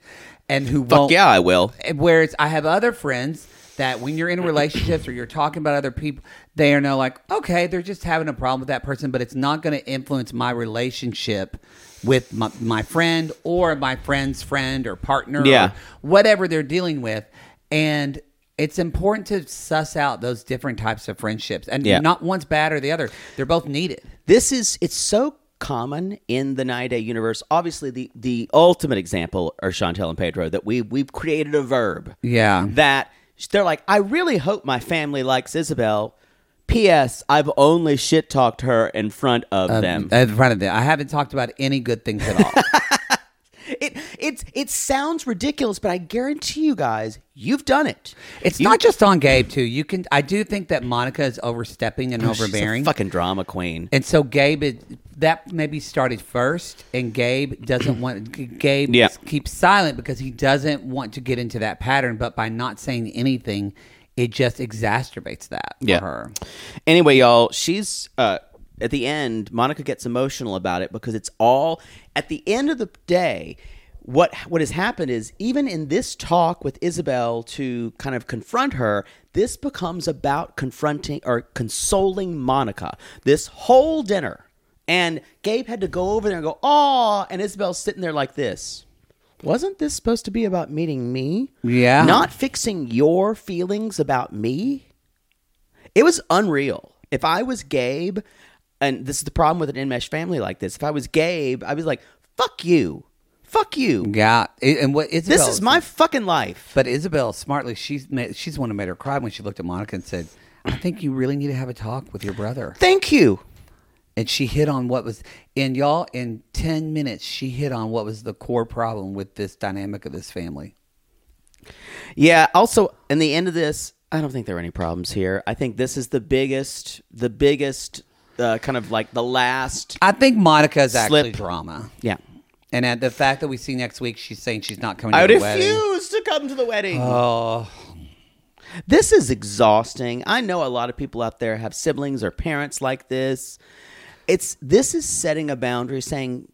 [SPEAKER 4] and who won't.
[SPEAKER 5] I will.
[SPEAKER 4] And Whereas I have other friends that when you're in relationships or you're talking about other people, they are now like, okay, they're just having a problem with that person, but it's not going to influence my relationship with my, my friend or my friend's friend or partner
[SPEAKER 5] Yeah.
[SPEAKER 4] or whatever they're dealing with. And it's important to suss out those different types of friendships. And
[SPEAKER 5] Yeah.
[SPEAKER 4] not one's bad or the other, they're both needed.
[SPEAKER 5] This is it's so common in the Nida universe. Obviously, the the ultimate example are Chantel and Pedro that we we've created a verb.
[SPEAKER 4] Yeah.
[SPEAKER 5] that they're like, I really hope my family likes Isabel. P.S. I've only shit talked her in front of them.
[SPEAKER 4] In front of them. I haven't talked about any good things at all.
[SPEAKER 5] It it's it sounds ridiculous, but I guarantee you guys, you've done it.
[SPEAKER 4] It's
[SPEAKER 5] You-
[SPEAKER 4] not just on Gabe too. You can I do think that Monica is overstepping and
[SPEAKER 5] Oh, she's a
[SPEAKER 4] overbearing.
[SPEAKER 5] fucking drama queen.
[SPEAKER 4] and so Gabe is, that maybe started first and Gabe doesn't want Gabe
[SPEAKER 5] Yeah.
[SPEAKER 4] just keeps silent because he doesn't want to get into that pattern but by not saying anything it just exacerbates that
[SPEAKER 5] Yeah.
[SPEAKER 4] for her.
[SPEAKER 5] Anyway, y'all, she's uh, at the end. Monica gets emotional about it because it's all at the end of the day. What what has happened is even in this talk with Isabel to kind of confront her, this becomes about confronting or consoling Monica. This whole dinner, and Gabe had to go over there and go, "Oh," and Isabel's sitting there like this. Wasn't this supposed to be about meeting me?
[SPEAKER 4] Yeah.
[SPEAKER 5] Not fixing your feelings about me? It was unreal. If I was Gabe, and this is the problem with an enmeshed family like this, if I was Gabe, I was like, fuck you. Fuck you.
[SPEAKER 4] Yeah, it- and what Isabel
[SPEAKER 5] This is my fucking life.
[SPEAKER 4] But Isabel smartly she's made, she's the one who made her cry when she looked at Monica and said, "I think you really need to have a talk with your brother."
[SPEAKER 5] Thank you.
[SPEAKER 4] and she hit on what was and y'all in 10 minutes she hit on what was the core problem with this dynamic of this family
[SPEAKER 5] Yeah. Also, in the end of this, I don't think there are any problems here. I think this is the biggest, the biggest, uh, kind of like the last.
[SPEAKER 4] i think monica's actually
[SPEAKER 5] Slip.
[SPEAKER 4] drama
[SPEAKER 5] Yeah.
[SPEAKER 4] and at the fact that we see next week she's saying she's not coming
[SPEAKER 5] I
[SPEAKER 4] to the wedding
[SPEAKER 5] refuse to come to the wedding. Oh. This is exhausting. I know a lot of people out there have siblings or parents like this. It's this is setting a boundary saying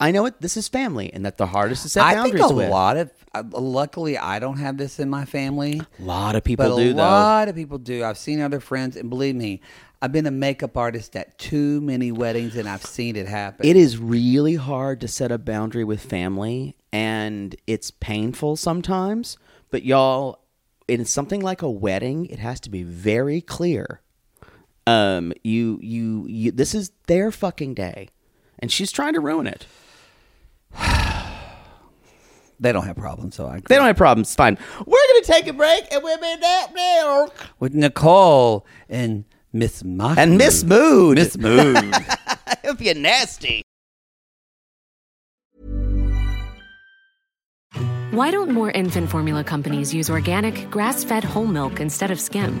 [SPEAKER 5] I know it this is family and that the hardest to set
[SPEAKER 4] i think
[SPEAKER 5] boundaries
[SPEAKER 4] a
[SPEAKER 5] with.
[SPEAKER 4] lot of uh, luckily i don't have this in my family
[SPEAKER 5] A lot of
[SPEAKER 4] but
[SPEAKER 5] people
[SPEAKER 4] a
[SPEAKER 5] do though.
[SPEAKER 4] lot of people do i've seen other friends and believe me i've been a makeup artist at too many weddings and i've seen it happen
[SPEAKER 5] It is really hard to set a boundary with family and it's painful sometimes, but y'all in something like a wedding, it has to be very clear um you you you this is their fucking day and she's trying to ruin it
[SPEAKER 4] They don't have problems, so I.
[SPEAKER 5] They don't have problems. It's fine. We're going to take a break and we'll be back now.
[SPEAKER 4] with Nicole and Miss Mock
[SPEAKER 5] And Miss Mood.
[SPEAKER 4] Miss Mood.
[SPEAKER 5] if you're nasty.
[SPEAKER 3] Why don't more infant formula companies use organic, grass fed whole milk instead of skim?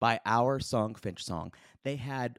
[SPEAKER 5] by our Songfinch song. They had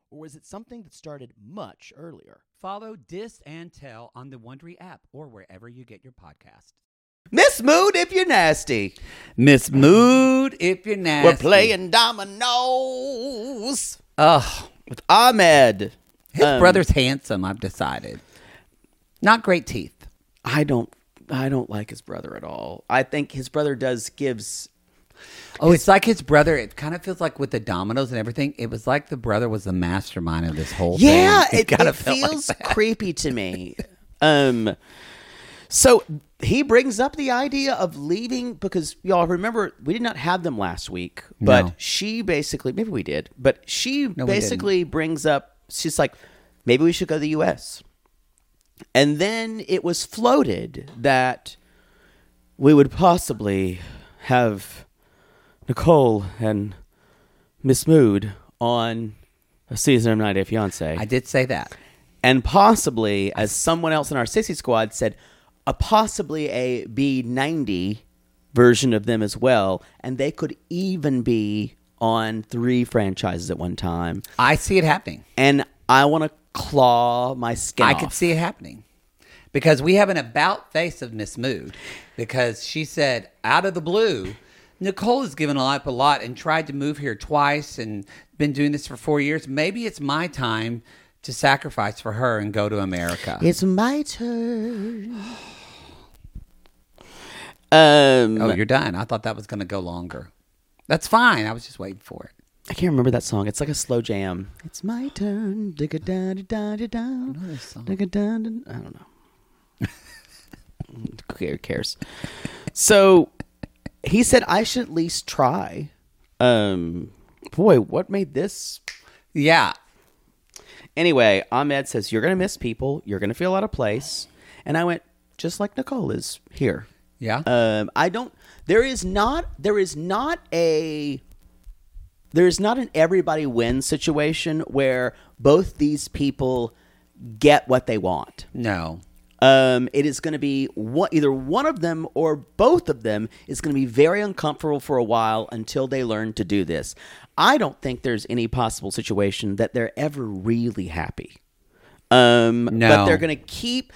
[SPEAKER 5] or was it something that started much earlier?
[SPEAKER 4] Follow Dis and Tell on the Wondery app or wherever you get your podcast.
[SPEAKER 5] Miss Mood, if you're nasty,
[SPEAKER 4] Miss Mood, if you're nasty.
[SPEAKER 5] we're playing dominoes
[SPEAKER 4] Oh,
[SPEAKER 5] with Ahmed.
[SPEAKER 4] His
[SPEAKER 5] Um,
[SPEAKER 4] brother's handsome, I've decided. Not great teeth.
[SPEAKER 5] I don't, I don't like his brother at all. I think his brother does gives.
[SPEAKER 4] Oh, it's like his brother. It kind of feels like with the dominoes and everything. It was like the brother was the mastermind of this whole
[SPEAKER 5] Yeah,
[SPEAKER 4] thing.
[SPEAKER 5] it,
[SPEAKER 4] kinda
[SPEAKER 5] it
[SPEAKER 4] felt like
[SPEAKER 5] feels
[SPEAKER 4] that.
[SPEAKER 5] creepy to me. um, so he brings up the idea of leaving because y'all remember we did not have them last week, but
[SPEAKER 4] No.
[SPEAKER 5] she basically maybe we did, but she
[SPEAKER 4] didn't.
[SPEAKER 5] basically brings up she's like maybe we should go to the U.S. And then it was floated that we would possibly have Nicole and Miss Mood on a season of Night of Fiance
[SPEAKER 4] I did say that.
[SPEAKER 5] and possibly, as someone else in our sissy squad said, a possibly a B90 version of them as well, and they could even be on three franchises at one time.
[SPEAKER 4] I see it happening.
[SPEAKER 5] And I want to claw my skin.
[SPEAKER 4] I
[SPEAKER 5] off.
[SPEAKER 4] could see it happening because we have an about face of Miss Mood because she said out of the blue, Nicole has given up a lot and tried to move here twice and been doing this for four years. Maybe it's my time to sacrifice for her and go to America.
[SPEAKER 5] It's my turn. um,
[SPEAKER 4] oh, you're done. I thought that was going to go longer. That's fine. I was just waiting for it.
[SPEAKER 5] I can't remember that song. It's like a slow jam. It's my turn. Digga da da da da da. Digga da da. I don't know. Who cares? So he said I should at least try. Um, boy, what made this?
[SPEAKER 4] Yeah.
[SPEAKER 5] Anyway, Ahmed says you're gonna miss people. You're gonna feel out of place. And I went just like Nicole is here.
[SPEAKER 4] Yeah.
[SPEAKER 5] Um, I don't. There is not. There is not a. There is not an everybody wins situation where both these people get what they want.
[SPEAKER 4] no.
[SPEAKER 5] Um, it is going to be one, either one of them or both of them is going to be very uncomfortable for a while until they learn to do this. I don't think there's any possible situation that they're ever really happy. Um, But
[SPEAKER 4] No.
[SPEAKER 5] they're going to keep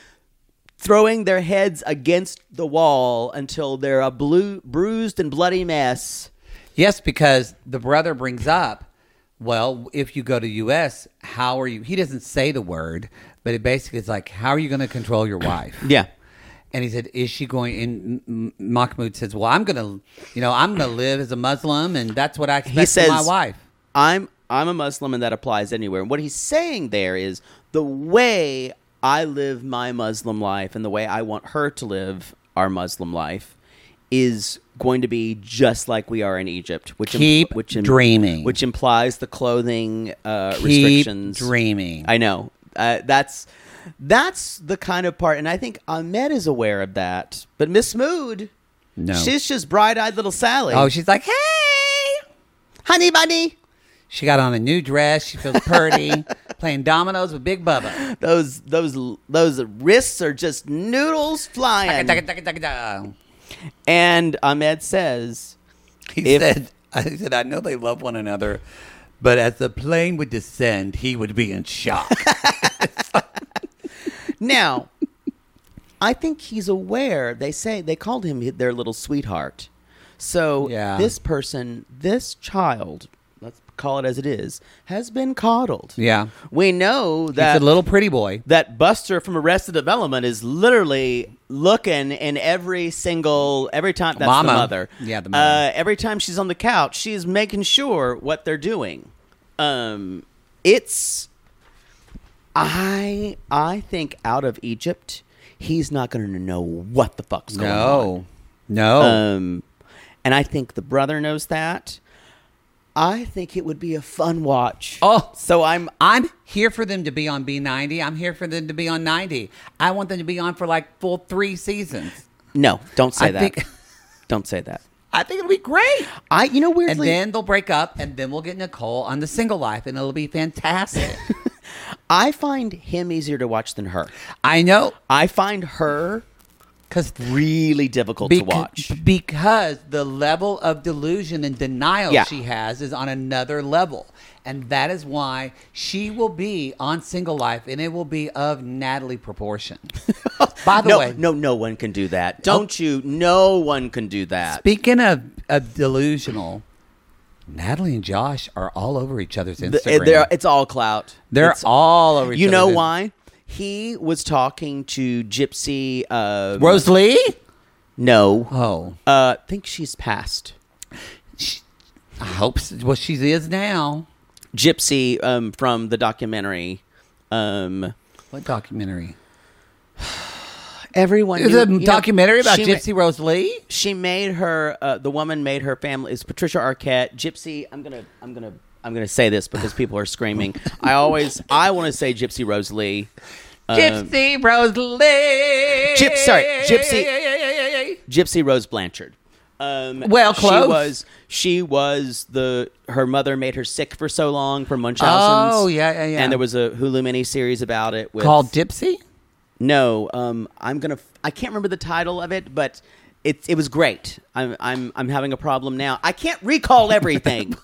[SPEAKER 5] throwing their heads against the wall until they're a blue, bruised and bloody mess.
[SPEAKER 4] Yes, because the brother brings up, well, if you go to U.S., how are you? He doesn't say the word, but it basically is like, how are you going to control your wife?
[SPEAKER 5] Yeah.
[SPEAKER 4] And he said, is she going? And M- M- Mahmoud says, well, I'm going to, you know, I'm going to live as a Muslim, and that's what I expect
[SPEAKER 5] he says
[SPEAKER 4] from my wife.
[SPEAKER 5] i'm i'm a muslim and that applies anywhere and what he's saying there is the way i live my muslim life and the way i want her to live our muslim life is going to be just like we are in Egypt, which im-
[SPEAKER 4] Keep
[SPEAKER 5] which
[SPEAKER 4] dreaming.
[SPEAKER 5] which implies the clothing uh,
[SPEAKER 4] Keep
[SPEAKER 5] restrictions.
[SPEAKER 4] dreaming.
[SPEAKER 5] I know uh, that's that's the kind of part, and I think Ahmed is aware of that. But Miss Mood,
[SPEAKER 4] No.
[SPEAKER 5] she's just bright-eyed little Sally.
[SPEAKER 4] oh, she's like, hey.
[SPEAKER 5] honey bunny.
[SPEAKER 4] She got on a new dress. She feels pretty, playing dominoes with Big Bubba.
[SPEAKER 5] those those those wrists are just noodles flying. And Ahmed says,
[SPEAKER 4] He
[SPEAKER 5] If-
[SPEAKER 4] said, "I said I know they love one another, but as the plane would descend, he would be in shock."
[SPEAKER 5] "Now, I think he's aware. They say they called him their little sweetheart. So
[SPEAKER 4] Yeah.
[SPEAKER 5] this person, this child, let's call it as it is, has been coddled.
[SPEAKER 4] Yeah.
[SPEAKER 5] we know that
[SPEAKER 4] He's a little pretty boy.
[SPEAKER 5] that Buster from Arrested Development is literally looking in every single every time that's
[SPEAKER 4] Mama.
[SPEAKER 5] the mother.
[SPEAKER 4] Yeah, the mother.
[SPEAKER 5] Uh, every time she's on the couch, she is making sure what they're doing. Um, it's I I think out of Egypt, he's not going to know what the fuck's going on.
[SPEAKER 4] No, no.
[SPEAKER 5] Um, and I think the brother knows that. I think it would be a fun watch.
[SPEAKER 4] Oh.
[SPEAKER 5] so I'm
[SPEAKER 4] I'm here for them to be on B90. I'm here for them to be on 90. I want them to be on for like full three seasons.
[SPEAKER 5] No, don't say
[SPEAKER 4] I
[SPEAKER 5] that.
[SPEAKER 4] think-
[SPEAKER 5] don't say that.
[SPEAKER 4] I think it'll be great.
[SPEAKER 5] I, you know,
[SPEAKER 4] And
[SPEAKER 5] weirdly,
[SPEAKER 4] then they'll break up, and then we'll get Nicole on the single life, and it'll be fantastic.
[SPEAKER 5] I find him easier to watch than her.
[SPEAKER 4] I know,
[SPEAKER 5] I find her
[SPEAKER 4] because
[SPEAKER 5] really difficult to
[SPEAKER 4] Beca-
[SPEAKER 5] watch.
[SPEAKER 4] Because the level of delusion and denial
[SPEAKER 5] Yeah.
[SPEAKER 4] she has is on another level. And that is why she will be on single life and it will be of Natalie proportion. By the
[SPEAKER 5] No,
[SPEAKER 4] way,
[SPEAKER 5] no, no one can do that. Don't you? No one can do that.
[SPEAKER 4] speaking of, of delusional, Natalie and Josh are all over each other's
[SPEAKER 5] The-
[SPEAKER 4] Instagram.
[SPEAKER 5] they're- it's all clout.
[SPEAKER 4] They're
[SPEAKER 5] It's-
[SPEAKER 4] all over each
[SPEAKER 5] You know
[SPEAKER 4] other's-
[SPEAKER 5] why? He was talking to Gypsy. Uh,
[SPEAKER 4] Rose Lee?
[SPEAKER 5] no,
[SPEAKER 4] Oh.
[SPEAKER 5] uh, I think she's passed.
[SPEAKER 4] I hope. So. Well, she is now.
[SPEAKER 5] Gypsy um, from the documentary. Um,
[SPEAKER 4] What documentary?
[SPEAKER 5] everyone
[SPEAKER 4] Is
[SPEAKER 5] knew-
[SPEAKER 4] it a
[SPEAKER 5] you know,
[SPEAKER 4] documentary about
[SPEAKER 5] she ma-
[SPEAKER 4] Gypsy Rose Lee?
[SPEAKER 5] she made her uh, the woman made her family is Patricia Arquette. Gypsy, I'm gonna I'm gonna I'm gonna say this because people are screaming. I always I want to say Gypsy Rose Lee. Um,
[SPEAKER 4] Gypsy Rose Lee.
[SPEAKER 5] Gyp- sorry, Gypsy- Gypsy Rose Blanchard. Um,
[SPEAKER 4] Well, Oh, close.
[SPEAKER 5] She was she was the her mother made her sick for so long from Munchausen's.
[SPEAKER 4] Oh, yeah, yeah, yeah.
[SPEAKER 5] And there was a Hulu miniseries about it with
[SPEAKER 4] Called Gypsy?
[SPEAKER 5] No, um, I'm gonna. f- I can't remember the title of it, but it it was great. I'm I'm I'm having a problem now. I can't recall everything.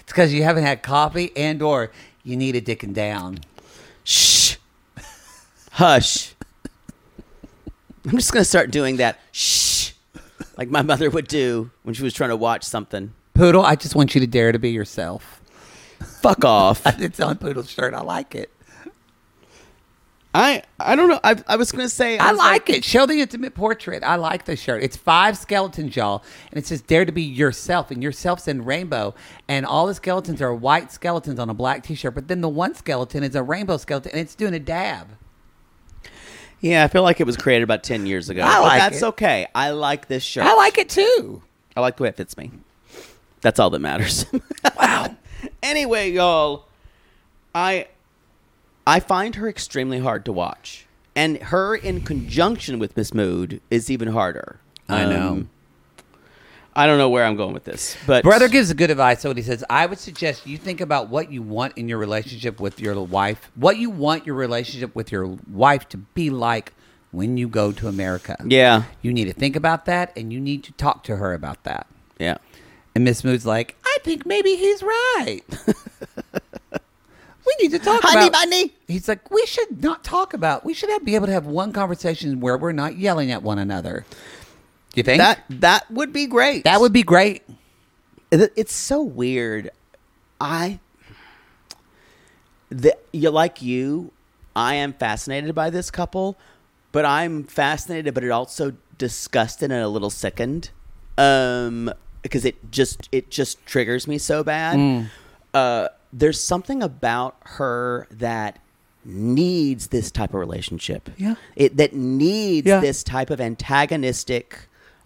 [SPEAKER 4] It's because you haven't had coffee and or you need a dicking down.
[SPEAKER 5] Shh, hush. I'm just gonna start doing that. Shh, like my mother would do when she was trying to watch something.
[SPEAKER 4] Poodle, I just want you to dare to be yourself.
[SPEAKER 5] Fuck off.
[SPEAKER 4] It's on Poodle's shirt. I like it.
[SPEAKER 5] I I don't know. I I was gonna say
[SPEAKER 4] I
[SPEAKER 5] was
[SPEAKER 4] like it. Show the intimate portrait. I like the shirt. It's five skeletons, y'all, and it says "Dare to be yourself," and yourself's in rainbow, and all the skeletons are white skeletons on a black T-shirt. But then the one skeleton is a rainbow skeleton, and it's doing a dab.
[SPEAKER 5] Yeah, I feel like it was created about ten years ago.
[SPEAKER 4] I
[SPEAKER 5] But
[SPEAKER 4] like
[SPEAKER 5] that's
[SPEAKER 4] it.
[SPEAKER 5] okay. I like this shirt.
[SPEAKER 4] I like it too.
[SPEAKER 5] I like the way it fits me. That's all that matters. wow. Anyway, y'all, I I find her extremely hard to watch, and her in conjunction with Miss Mood is even harder. Um,
[SPEAKER 4] I know.
[SPEAKER 5] I don't know where I'm going with this, but
[SPEAKER 4] Brother gives a good advice. So what he says, I would suggest you think about what you want in your relationship with your wife, what you want your relationship with your wife to be like when you go to America.
[SPEAKER 5] Yeah.
[SPEAKER 4] you need to think about that, and you need to talk to her about that.
[SPEAKER 5] yeah,
[SPEAKER 4] And Miss Mood's like, I think maybe he's right. we need to talk
[SPEAKER 5] Honey
[SPEAKER 4] about.
[SPEAKER 5] bunny.
[SPEAKER 4] He's like, we should not talk about. We should have, be able to have one conversation where we're not yelling at one another. Do you think
[SPEAKER 5] that that would be great.
[SPEAKER 4] that would be great?
[SPEAKER 5] It- it's so weird i the, you like you i am fascinated by this couple but i'm fascinated but it also disgusted and a little sickened um because it just it just triggers me so bad
[SPEAKER 4] Mm.
[SPEAKER 5] uh there's something about her that needs this type of relationship
[SPEAKER 4] Yeah.
[SPEAKER 5] it that needs
[SPEAKER 4] Yeah.
[SPEAKER 5] this type of antagonistic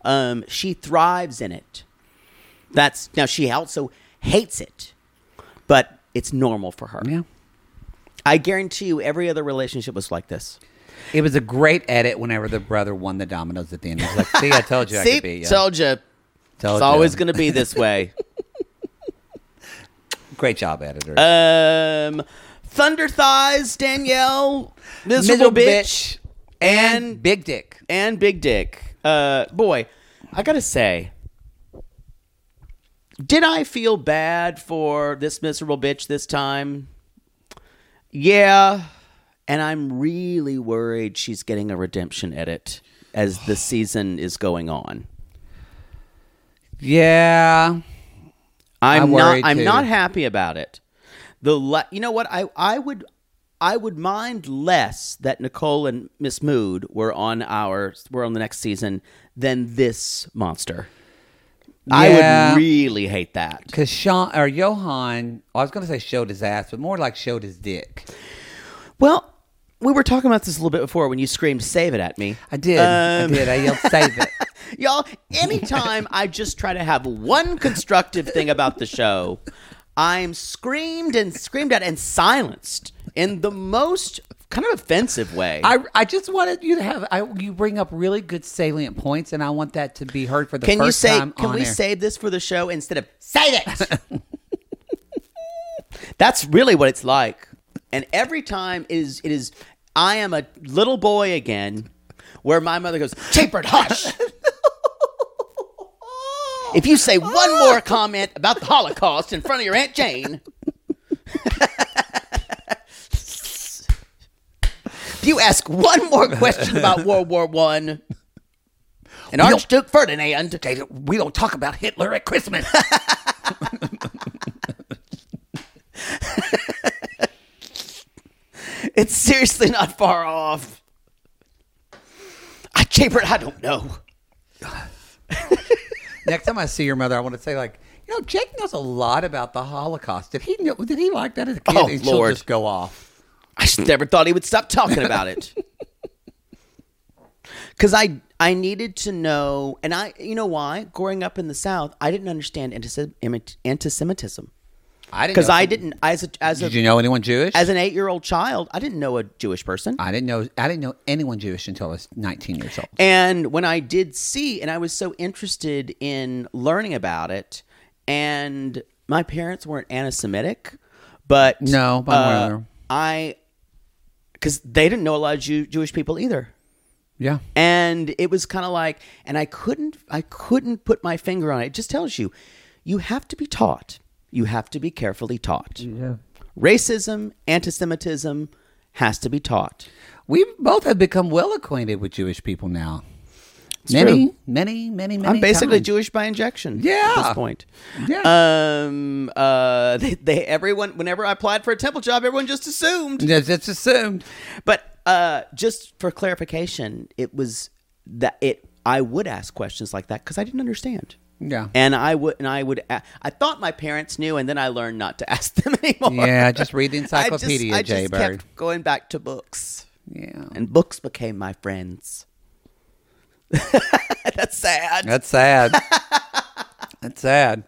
[SPEAKER 5] um she thrives in it that's now she also hates it, but it's normal for her.
[SPEAKER 4] Yeah.
[SPEAKER 5] I guarantee you, every other relationship was like this.
[SPEAKER 4] It was a great edit whenever the brother won the dominoes at the end. He's like, see, I told you I
[SPEAKER 5] See,
[SPEAKER 4] could be. Yeah.
[SPEAKER 5] told you,
[SPEAKER 4] Told
[SPEAKER 5] it's always
[SPEAKER 4] ya.
[SPEAKER 5] going to be this way.
[SPEAKER 4] Great job, editor.
[SPEAKER 5] um, thunder thighs, Danielle, miserable, bitch,
[SPEAKER 4] and big dick.
[SPEAKER 5] and big dick. Uh, boy, I gotta say, did I feel bad for this miserable bitch this time? Yeah, and I'm really worried she's getting a redemption edit as the season is going on.
[SPEAKER 4] Yeah.
[SPEAKER 5] I'm,
[SPEAKER 4] I'm
[SPEAKER 5] not.
[SPEAKER 4] worried,
[SPEAKER 5] I'm
[SPEAKER 4] too.
[SPEAKER 5] not happy about it. The le- you know what I I would I would mind less that Nicole and Miss Mood were on our were on the next season than this monster. I
[SPEAKER 4] Yeah.
[SPEAKER 5] would really hate that.
[SPEAKER 4] Because Sean or Johan, I was going to say showed his ass, but more like showed his dick.
[SPEAKER 5] Well, we were talking about this a little bit before when you screamed "Save it" at me.
[SPEAKER 4] I did. I
[SPEAKER 5] Um,
[SPEAKER 4] did. I yelled, save it.
[SPEAKER 5] Y'all, anytime I just try to have one constructive thing about the show, I'm screamed and screamed at and silenced in the most kind of offensive way.
[SPEAKER 4] I, I just wanted you to have I, you bring up really good salient points, and I want that to be heard for the
[SPEAKER 5] can
[SPEAKER 4] first
[SPEAKER 5] you say
[SPEAKER 4] time.
[SPEAKER 5] can
[SPEAKER 4] on
[SPEAKER 5] we
[SPEAKER 4] air.
[SPEAKER 5] save this for the show instead of save it? That's really what it's like. And every time it is it is I am a little boy again where my mother goes, Tapered hush. if you say one more comment about the Holocaust in front of your Aunt Jane. if you ask one more question about World War One and Archduke Ferdinand
[SPEAKER 4] we don't talk about Hitler at Christmas?
[SPEAKER 5] It's seriously not far off. I chambered. I don't know.
[SPEAKER 4] Next time I see your mother, I want to say like, you know, Jake knows a lot about the Holocaust. Did he know? Did he like that as a kid?
[SPEAKER 5] Oh,
[SPEAKER 4] and
[SPEAKER 5] Lord.
[SPEAKER 4] she'll just go off.
[SPEAKER 5] I just never thought he would stop talking about it. Cause I I needed to know, and I you know why? Growing up in the South, I didn't understand antisem- imi- anti-Semitism
[SPEAKER 4] I didn't
[SPEAKER 5] because
[SPEAKER 4] know
[SPEAKER 5] I
[SPEAKER 4] some-
[SPEAKER 5] didn't as a, as a
[SPEAKER 4] Did you know anyone Jewish?
[SPEAKER 5] as an eight year old child, I didn't know a Jewish person.
[SPEAKER 4] I didn't know. I didn't know anyone Jewish until I was 19 years old.
[SPEAKER 5] And when I did see, and I was so interested in learning about it, and my parents weren't anti-Semitic, but uh,
[SPEAKER 4] No, but I'm aware of them.
[SPEAKER 5] I because they didn't know a lot of Jew- Jewish people either.
[SPEAKER 4] yeah.
[SPEAKER 5] and it was kind of like and i couldn't i couldn't put my finger on it it just tells you you have to be taught you have to be carefully taught racism anti-semitism has to be taught
[SPEAKER 4] We both have become well acquainted with Jewish people now.
[SPEAKER 5] true.
[SPEAKER 4] many, many, many, many.
[SPEAKER 5] i'm basically Uh,
[SPEAKER 4] times.
[SPEAKER 5] jewish by injection at
[SPEAKER 4] Yeah.
[SPEAKER 5] this point
[SPEAKER 4] Yeah.
[SPEAKER 5] um uh they, they everyone whenever i applied for a temple job everyone just assumed
[SPEAKER 4] That's that's assumed.
[SPEAKER 5] But uh, just for clarification, it was that it. I would ask questions like that because I didn't understand.
[SPEAKER 4] Yeah.
[SPEAKER 5] and I would, and I would. a- I thought my parents knew, and then I learned not to ask them anymore.
[SPEAKER 4] Yeah, just read the
[SPEAKER 5] I just-
[SPEAKER 4] encyclopedia,
[SPEAKER 5] I just,
[SPEAKER 4] Jaybird.
[SPEAKER 5] kept going back to books,
[SPEAKER 4] Yeah.
[SPEAKER 5] and books became my friends. That's sad.
[SPEAKER 4] That's sad. that's sad.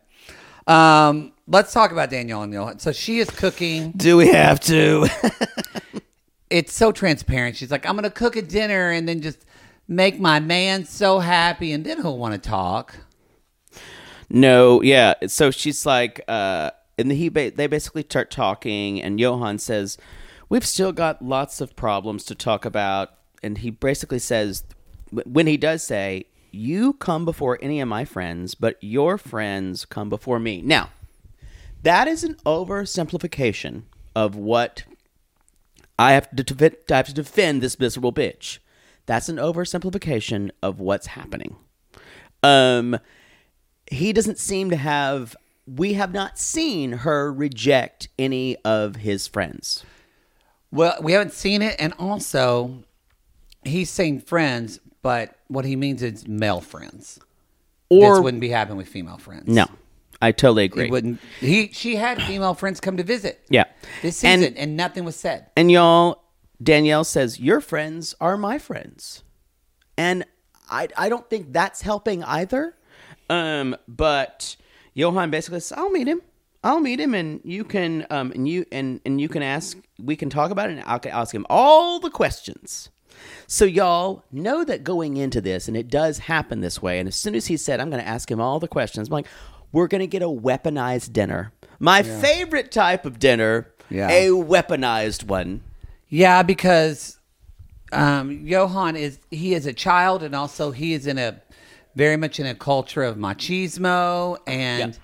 [SPEAKER 4] Um, let's talk about Danielle O'Neill. So she is cooking.
[SPEAKER 5] Do we have to?
[SPEAKER 4] It's so transparent. She's like, I'm going to cook a dinner and then just make my man so happy, and then he'll want to talk.
[SPEAKER 5] No, yeah. So she's like, uh, and he ba- they basically start talking, and Johan says, "We've still got lots of problems to talk about," and he basically says, wh- when he does say, "You come before any of my friends, but your friends come before me." Now, that is an oversimplification of what I have to defend. I have to defend this miserable bitch. That's an oversimplification of what's happening. Um, he doesn't seem to have. We have not seen her reject any of his friends.
[SPEAKER 4] Well, we haven't seen it, and also he's saying friends, but what he means is male friends. Or this
[SPEAKER 5] Or
[SPEAKER 4] wouldn't be happening with female friends.
[SPEAKER 5] no, I totally agree.
[SPEAKER 4] he wouldn't. He she had female friends come to visit.
[SPEAKER 5] Yeah.
[SPEAKER 4] this
[SPEAKER 5] And-
[SPEAKER 4] season, and, nothing was said.
[SPEAKER 5] And y'all, Danielle says your friends are my friends, and I I don't think that's helping either. Um, but Johan basically says I'll meet him. I'll meet him, and you can um and you and and you can ask. We can talk about it, and I can ask him all the questions. So y'all know that going into this, and it does happen this way. And as soon as he said, "I'm going to ask him all the questions," I'm like, "We're going to get a weaponized dinner." My favorite type of dinner,
[SPEAKER 4] Yeah.
[SPEAKER 5] a weaponized one.
[SPEAKER 4] Yeah, because um, Johan is he is a child, and also he is in a very much in a culture of machismo, and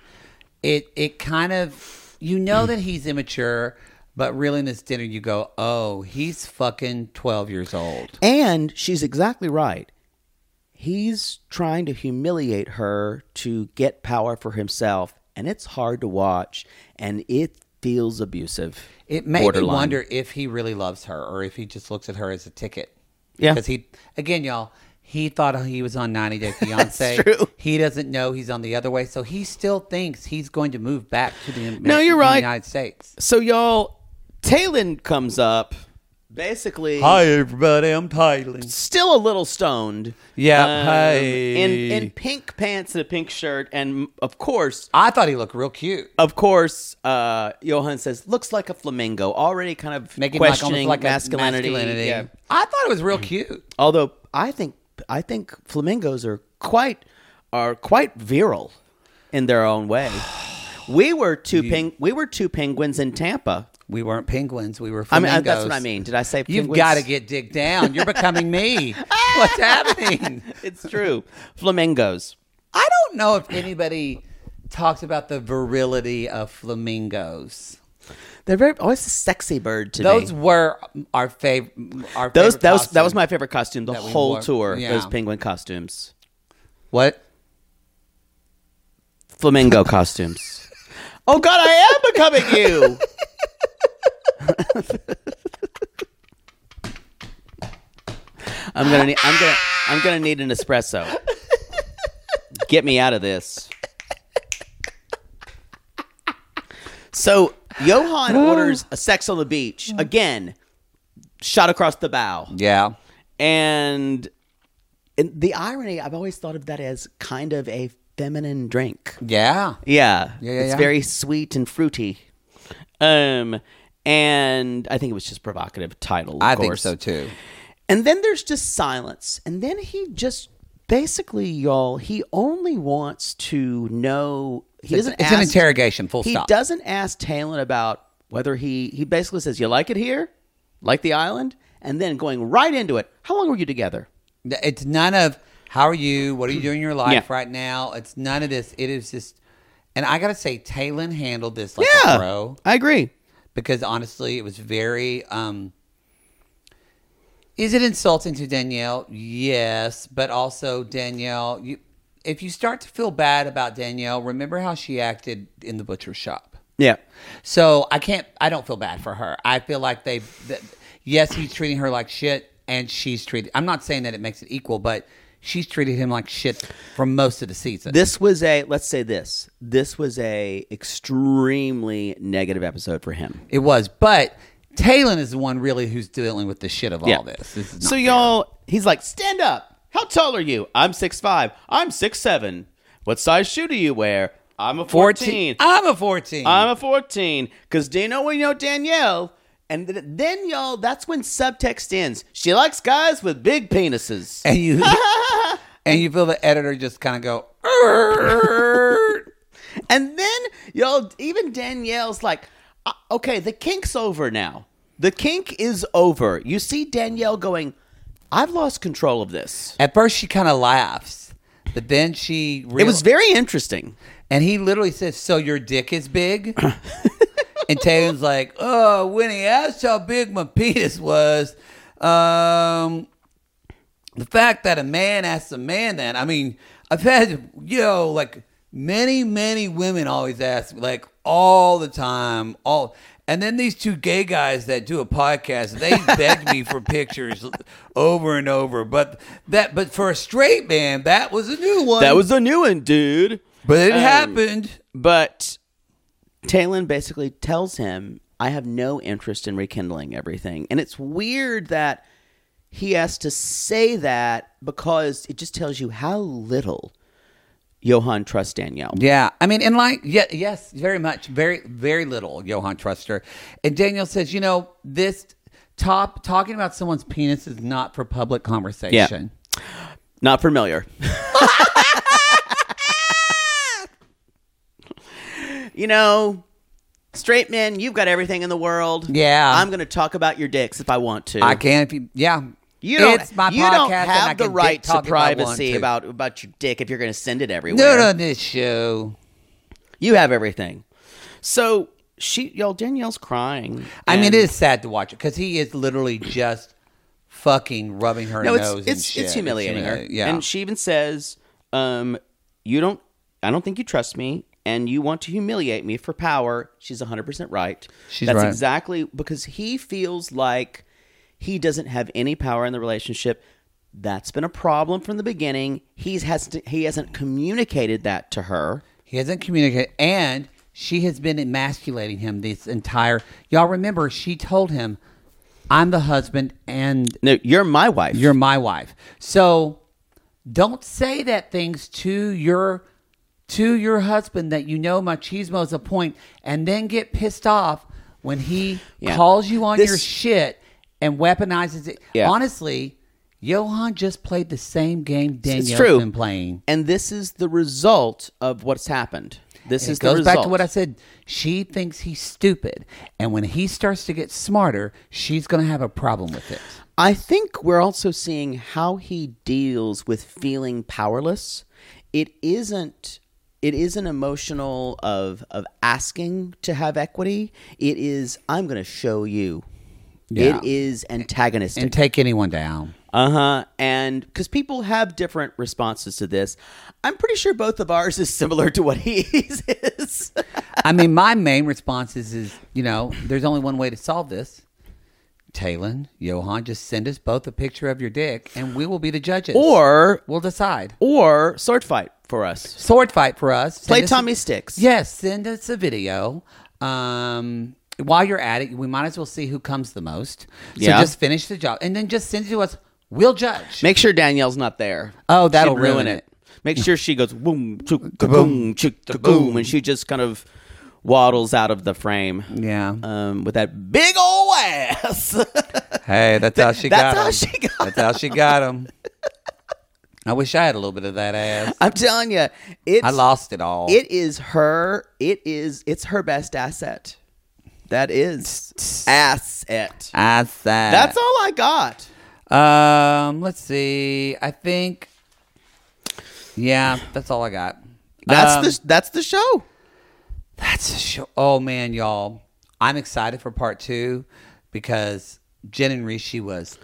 [SPEAKER 4] it it kind of you know that he's immature, but really in this dinner you go, oh, he's fucking twelve years old.
[SPEAKER 5] And she's exactly right. He's trying to humiliate her to get power for himself, and it's hard to watch, and it feels abusive.
[SPEAKER 4] It made me
[SPEAKER 5] Borderline.
[SPEAKER 4] wonder if he really loves her or if he just looks at her as a ticket.
[SPEAKER 5] Yeah.
[SPEAKER 4] Because he, again, y'all, he thought he was on 90 Day Fiance.
[SPEAKER 5] true.
[SPEAKER 4] He doesn't know he's on the other way. So he still thinks he's going to move back to the, Amer-
[SPEAKER 5] No, you're
[SPEAKER 4] the
[SPEAKER 5] right.
[SPEAKER 4] United States.
[SPEAKER 5] So y'all, Talon comes up, basically
[SPEAKER 4] everybody. I'm titling.
[SPEAKER 5] still a little stoned.
[SPEAKER 4] Yeah, hey.
[SPEAKER 5] in in pink pants and a pink shirt, and of course,
[SPEAKER 4] I thought he looked real cute.
[SPEAKER 5] of course, uh, Johan says looks like a flamingo. Already kind of
[SPEAKER 4] Making like,
[SPEAKER 5] questioning
[SPEAKER 4] almost like a
[SPEAKER 5] masculinity.
[SPEAKER 4] masculinity.
[SPEAKER 5] Yeah.
[SPEAKER 4] I thought it was real cute.
[SPEAKER 5] Although I think I think flamingos are quite are quite virile in their own way. We were two ping, we were two penguins in Tampa.
[SPEAKER 4] We weren't penguins. We were
[SPEAKER 5] I mean,
[SPEAKER 4] flamingos.
[SPEAKER 5] I- that's what I mean. Did I say
[SPEAKER 4] You've
[SPEAKER 5] penguins?
[SPEAKER 4] got to get digged down. You're becoming me. What's happening?
[SPEAKER 5] It's true. flamingos.
[SPEAKER 4] I don't know if anybody talks about the virility of flamingos.
[SPEAKER 5] They're very always a sexy bird to
[SPEAKER 4] Those
[SPEAKER 5] me.
[SPEAKER 4] were our favorite. Our
[SPEAKER 5] Those
[SPEAKER 4] favorite
[SPEAKER 5] that was that was
[SPEAKER 4] costume.
[SPEAKER 5] my favorite costume the
[SPEAKER 4] that we
[SPEAKER 5] whole
[SPEAKER 4] wore.
[SPEAKER 5] tour.
[SPEAKER 4] Yeah.
[SPEAKER 5] Those penguin costumes.
[SPEAKER 4] what?
[SPEAKER 5] Flamingo costumes. Oh god, I am becoming you. I'm gonna need I'm gonna I'm gonna need an espresso. Get me out of this. So Johan orders a sex on the beach again, shot across the bow,
[SPEAKER 4] Yeah.
[SPEAKER 5] and, and the irony I've always thought of that as kind of a feminine drink.
[SPEAKER 4] Yeah.
[SPEAKER 5] Yeah.
[SPEAKER 4] Yeah, yeah,
[SPEAKER 5] it's
[SPEAKER 4] yeah.
[SPEAKER 5] very sweet and fruity. Um and I think it was just provocative title. Of
[SPEAKER 4] I think
[SPEAKER 5] course.
[SPEAKER 4] so too.
[SPEAKER 5] And then there's just silence. And then he just basically y'all he only wants to know he doesn't
[SPEAKER 4] it's
[SPEAKER 5] ask,
[SPEAKER 4] an interrogation, full
[SPEAKER 5] he
[SPEAKER 4] stop.
[SPEAKER 5] doesn't ask Talon about whether he he basically says, You like it here? Like the island? And then going right into it. How long were you together?
[SPEAKER 4] It's none of how are you? What are you doing in your life
[SPEAKER 5] Yeah.
[SPEAKER 4] right now? It's none of this. It is just, and I gotta say, Talon handled this like a pro
[SPEAKER 5] I agree.
[SPEAKER 4] because honestly, it was very. um Is it insulting to Danielle? Yes, but also Danielle, you if you start to feel bad about Danielle, remember how she acted in the butcher shop.
[SPEAKER 5] Yeah.
[SPEAKER 4] So I can't. I don't feel bad for her. I feel like they. That, yes, he's treating her like shit, and she's treated. I'm not saying that it makes it equal, but she's treated him like shit for most of the season.
[SPEAKER 5] This was a let's say this. This was a extremely negative episode for him.
[SPEAKER 4] it was, but Talon is the one really who's dealing with the shit of all this. this is not
[SPEAKER 5] so
[SPEAKER 4] fair.
[SPEAKER 5] y'all, he's like, stand up. How tall are you? I'm six five. I'm six seven. What size shoe do you wear? I'm a fourteen.
[SPEAKER 4] I'm a 14.
[SPEAKER 5] I'm a fourteen. Cause do you know we know Danielle? And th- then y'all, that's when subtext ends. She likes guys with big penises.
[SPEAKER 4] and you and you feel the editor just kind of go. "Err."
[SPEAKER 5] And then y'all, even Danielle's like, "Uh, okay, the kink's over now. The kink is over. You see Danielle going, I've lost control of this.
[SPEAKER 4] At first, she kind of laughs, but then she.
[SPEAKER 5] It was very interesting.
[SPEAKER 4] And he literally says, So your dick is big? and Tatum's like, Oh, when he asked how big my penis was, um, the fact that a man asks a man that, I mean, I've had, you know, like many, many women always ask, like all the time, all. And then these two gay guys that do a podcast, they begged me for pictures over and over. But that, but for a straight man, that was a new one.
[SPEAKER 5] That was a new one, dude.
[SPEAKER 4] but it
[SPEAKER 5] Um,
[SPEAKER 4] happened.
[SPEAKER 5] But Talon basically tells him, I have no interest in rekindling everything. And it's weird that he has to say that because it just tells you how little Johan trusts Danielle.
[SPEAKER 4] Yeah, I mean, and like, yeah, yes, very much, very, very little. Johan Truster and Daniel says, you know, this top talking about someone's penis is not for public conversation.
[SPEAKER 5] Not familiar. you know, straight men, you've got everything in the world.
[SPEAKER 4] Yeah.
[SPEAKER 5] I'm going to talk about your dicks if I want to.
[SPEAKER 4] I can if you, yeah,
[SPEAKER 5] You don't,
[SPEAKER 4] It's my
[SPEAKER 5] you
[SPEAKER 4] podcast
[SPEAKER 5] don't
[SPEAKER 4] and
[SPEAKER 5] have
[SPEAKER 4] I
[SPEAKER 5] the
[SPEAKER 4] can
[SPEAKER 5] right
[SPEAKER 4] dick talk
[SPEAKER 5] to
[SPEAKER 4] if I want
[SPEAKER 5] privacy
[SPEAKER 4] to.
[SPEAKER 5] about about your dick if you're going to send it everywhere.
[SPEAKER 4] Not on this show.
[SPEAKER 5] You have everything. So she, y'all, Danielle's crying.
[SPEAKER 4] I mean,
[SPEAKER 5] and-
[SPEAKER 4] it is sad to watch it because he is literally just fucking rubbing her
[SPEAKER 5] no, it's
[SPEAKER 4] nose.
[SPEAKER 5] it's,
[SPEAKER 4] and
[SPEAKER 5] it's
[SPEAKER 4] shit.
[SPEAKER 5] humiliating her.
[SPEAKER 4] humili- Yeah,
[SPEAKER 5] and she even says, um, "You don't. I don't think you trust me, and you want to humiliate me for power." She's 100 percent right.
[SPEAKER 4] She's
[SPEAKER 5] That's
[SPEAKER 4] right.
[SPEAKER 5] exactly because he feels like he doesn't have any power in the relationship. That's been a problem from the beginning. He's has to, he hasn't communicated that to her.
[SPEAKER 4] He hasn't communicated, and she has been emasculating him this entire. Y'all remember she told him, "I'm the husband, and
[SPEAKER 5] No, you're my wife.
[SPEAKER 4] you're my wife." So don't say that things to your to your husband that you know machismo is a point, and then get pissed off when he
[SPEAKER 5] Yeah.
[SPEAKER 4] calls you on
[SPEAKER 5] This-
[SPEAKER 4] your shit and weaponizes it.
[SPEAKER 5] Yeah.
[SPEAKER 4] Honestly, Johan just played the same game Daniel's
[SPEAKER 5] true.
[SPEAKER 4] been playing.
[SPEAKER 5] and this is the result of what's happened. This
[SPEAKER 4] It
[SPEAKER 5] is the
[SPEAKER 4] goes
[SPEAKER 5] result.
[SPEAKER 4] back to what I said. She thinks he's stupid, and when he starts to get smarter, she's going to have a problem with it.
[SPEAKER 5] I think we're also seeing how he deals with feeling powerless. It isn't it isn't emotional of of asking to have equity. It is I'm going to show you.
[SPEAKER 4] Yeah.
[SPEAKER 5] It is antagonistic.
[SPEAKER 4] And take anyone down.
[SPEAKER 5] Uh huh. And because people have different responses to this, I'm pretty sure both of ours is similar to what he is.
[SPEAKER 4] I mean, my main response is, is you know, there's only one way to solve this. Talon, Johan, just send us both a picture of your dick, and we will be the judges.
[SPEAKER 5] or
[SPEAKER 4] we'll decide.
[SPEAKER 5] or sword fight. for us.
[SPEAKER 4] sword fight for us. Send
[SPEAKER 5] Play
[SPEAKER 4] us-
[SPEAKER 5] Tommy Sticks.
[SPEAKER 4] Yes, send us a video. Um, while you're at it, we might as well see who comes the most. So
[SPEAKER 5] Yeah.
[SPEAKER 4] just finish the job and then just send it to us. We'll judge.
[SPEAKER 5] Make sure Danielle's not there.
[SPEAKER 4] Oh, that'll
[SPEAKER 5] She'd
[SPEAKER 4] ruin it.
[SPEAKER 5] Make sure she goes boom, chook, kaboom, chook, kaboom, and she just kind of waddles out of the frame.
[SPEAKER 4] yeah.
[SPEAKER 5] Um, with that big ol' ass.
[SPEAKER 4] hey, that's how she
[SPEAKER 5] that's
[SPEAKER 4] got
[SPEAKER 5] how
[SPEAKER 4] him.
[SPEAKER 5] she got
[SPEAKER 4] That's how she got him. I wish I had a little bit of that ass.
[SPEAKER 5] I'm telling you, it's
[SPEAKER 4] I lost it all.
[SPEAKER 5] It is her. It is. It's her best asset. That is asset.
[SPEAKER 4] I said.
[SPEAKER 5] That's all I got.
[SPEAKER 4] Um, let's see. I think. Yeah, that's all I got.
[SPEAKER 5] That's
[SPEAKER 4] Um,
[SPEAKER 5] the. That's the show.
[SPEAKER 4] That's a show. Oh man, y'all, I'm excited for part two because Jen and Rishi was,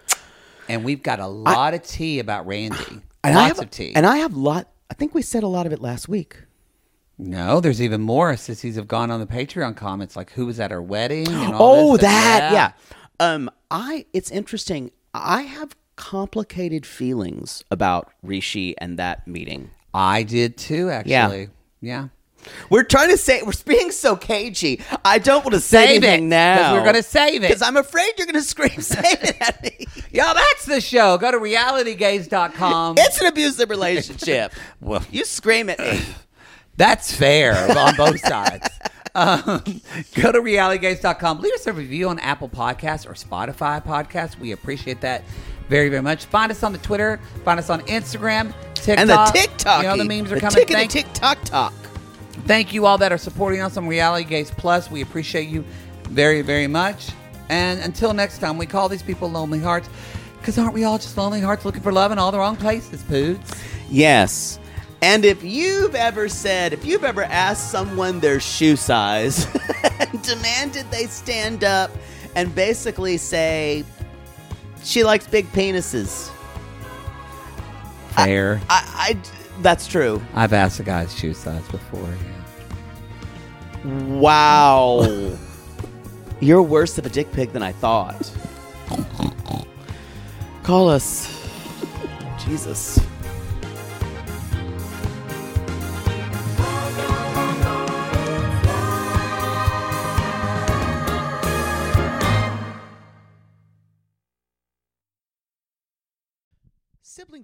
[SPEAKER 4] and we've got a lot of tea about Randy.
[SPEAKER 5] And I
[SPEAKER 4] Lots
[SPEAKER 5] have,
[SPEAKER 4] of tea.
[SPEAKER 5] And I have lot. I think we said a lot of it last week.
[SPEAKER 4] no, there's even more sissies have gone on the Patreon comments like who was at her wedding. And all
[SPEAKER 5] Oh,
[SPEAKER 4] this, and
[SPEAKER 5] that. Yeah. Um. I. It's interesting. I have complicated feelings about Rishi and that meeting.
[SPEAKER 4] I did too. Actually, yeah.
[SPEAKER 5] We're trying to say we're being so cagey. I don't want to say
[SPEAKER 4] Save it,
[SPEAKER 5] anything
[SPEAKER 4] 'cause
[SPEAKER 5] now.
[SPEAKER 4] we're gonna save it.
[SPEAKER 5] because I'm afraid you're gonna scream "Save it" at me.
[SPEAKER 4] Y'all, that's the show. Go to realitygaze.com.
[SPEAKER 5] It's an abusive relationship.
[SPEAKER 4] Um, Well-
[SPEAKER 5] you scream at me.
[SPEAKER 4] That's fair on both sides. Um, go to realitygames.com. Leave us a review on Apple Podcasts or Spotify Podcasts. We appreciate that very, very much. Find us on the Twitter. Find us on Instagram, TikTok.
[SPEAKER 5] And the TikTok,
[SPEAKER 4] You know, the memes are
[SPEAKER 5] the
[SPEAKER 4] coming.
[SPEAKER 5] Tick and
[SPEAKER 4] Thank,
[SPEAKER 5] the TikTok talk.
[SPEAKER 4] thank you all that are supporting us on Reality Gaze Plus. We appreciate you very, very much. And until next time, we call these people lonely hearts because aren't we all just lonely hearts looking for love in all the wrong places, poods?
[SPEAKER 5] Yes. And if you've ever said, if you've ever asked someone their shoe size, and demanded they stand up and basically say, she likes big penises.
[SPEAKER 4] Fair.
[SPEAKER 5] I, I that's true.
[SPEAKER 4] I've asked a guy's shoe size before. Yeah.
[SPEAKER 5] Wow. You're worse of a dick pig than I thought. Call us. Jesus. Sibling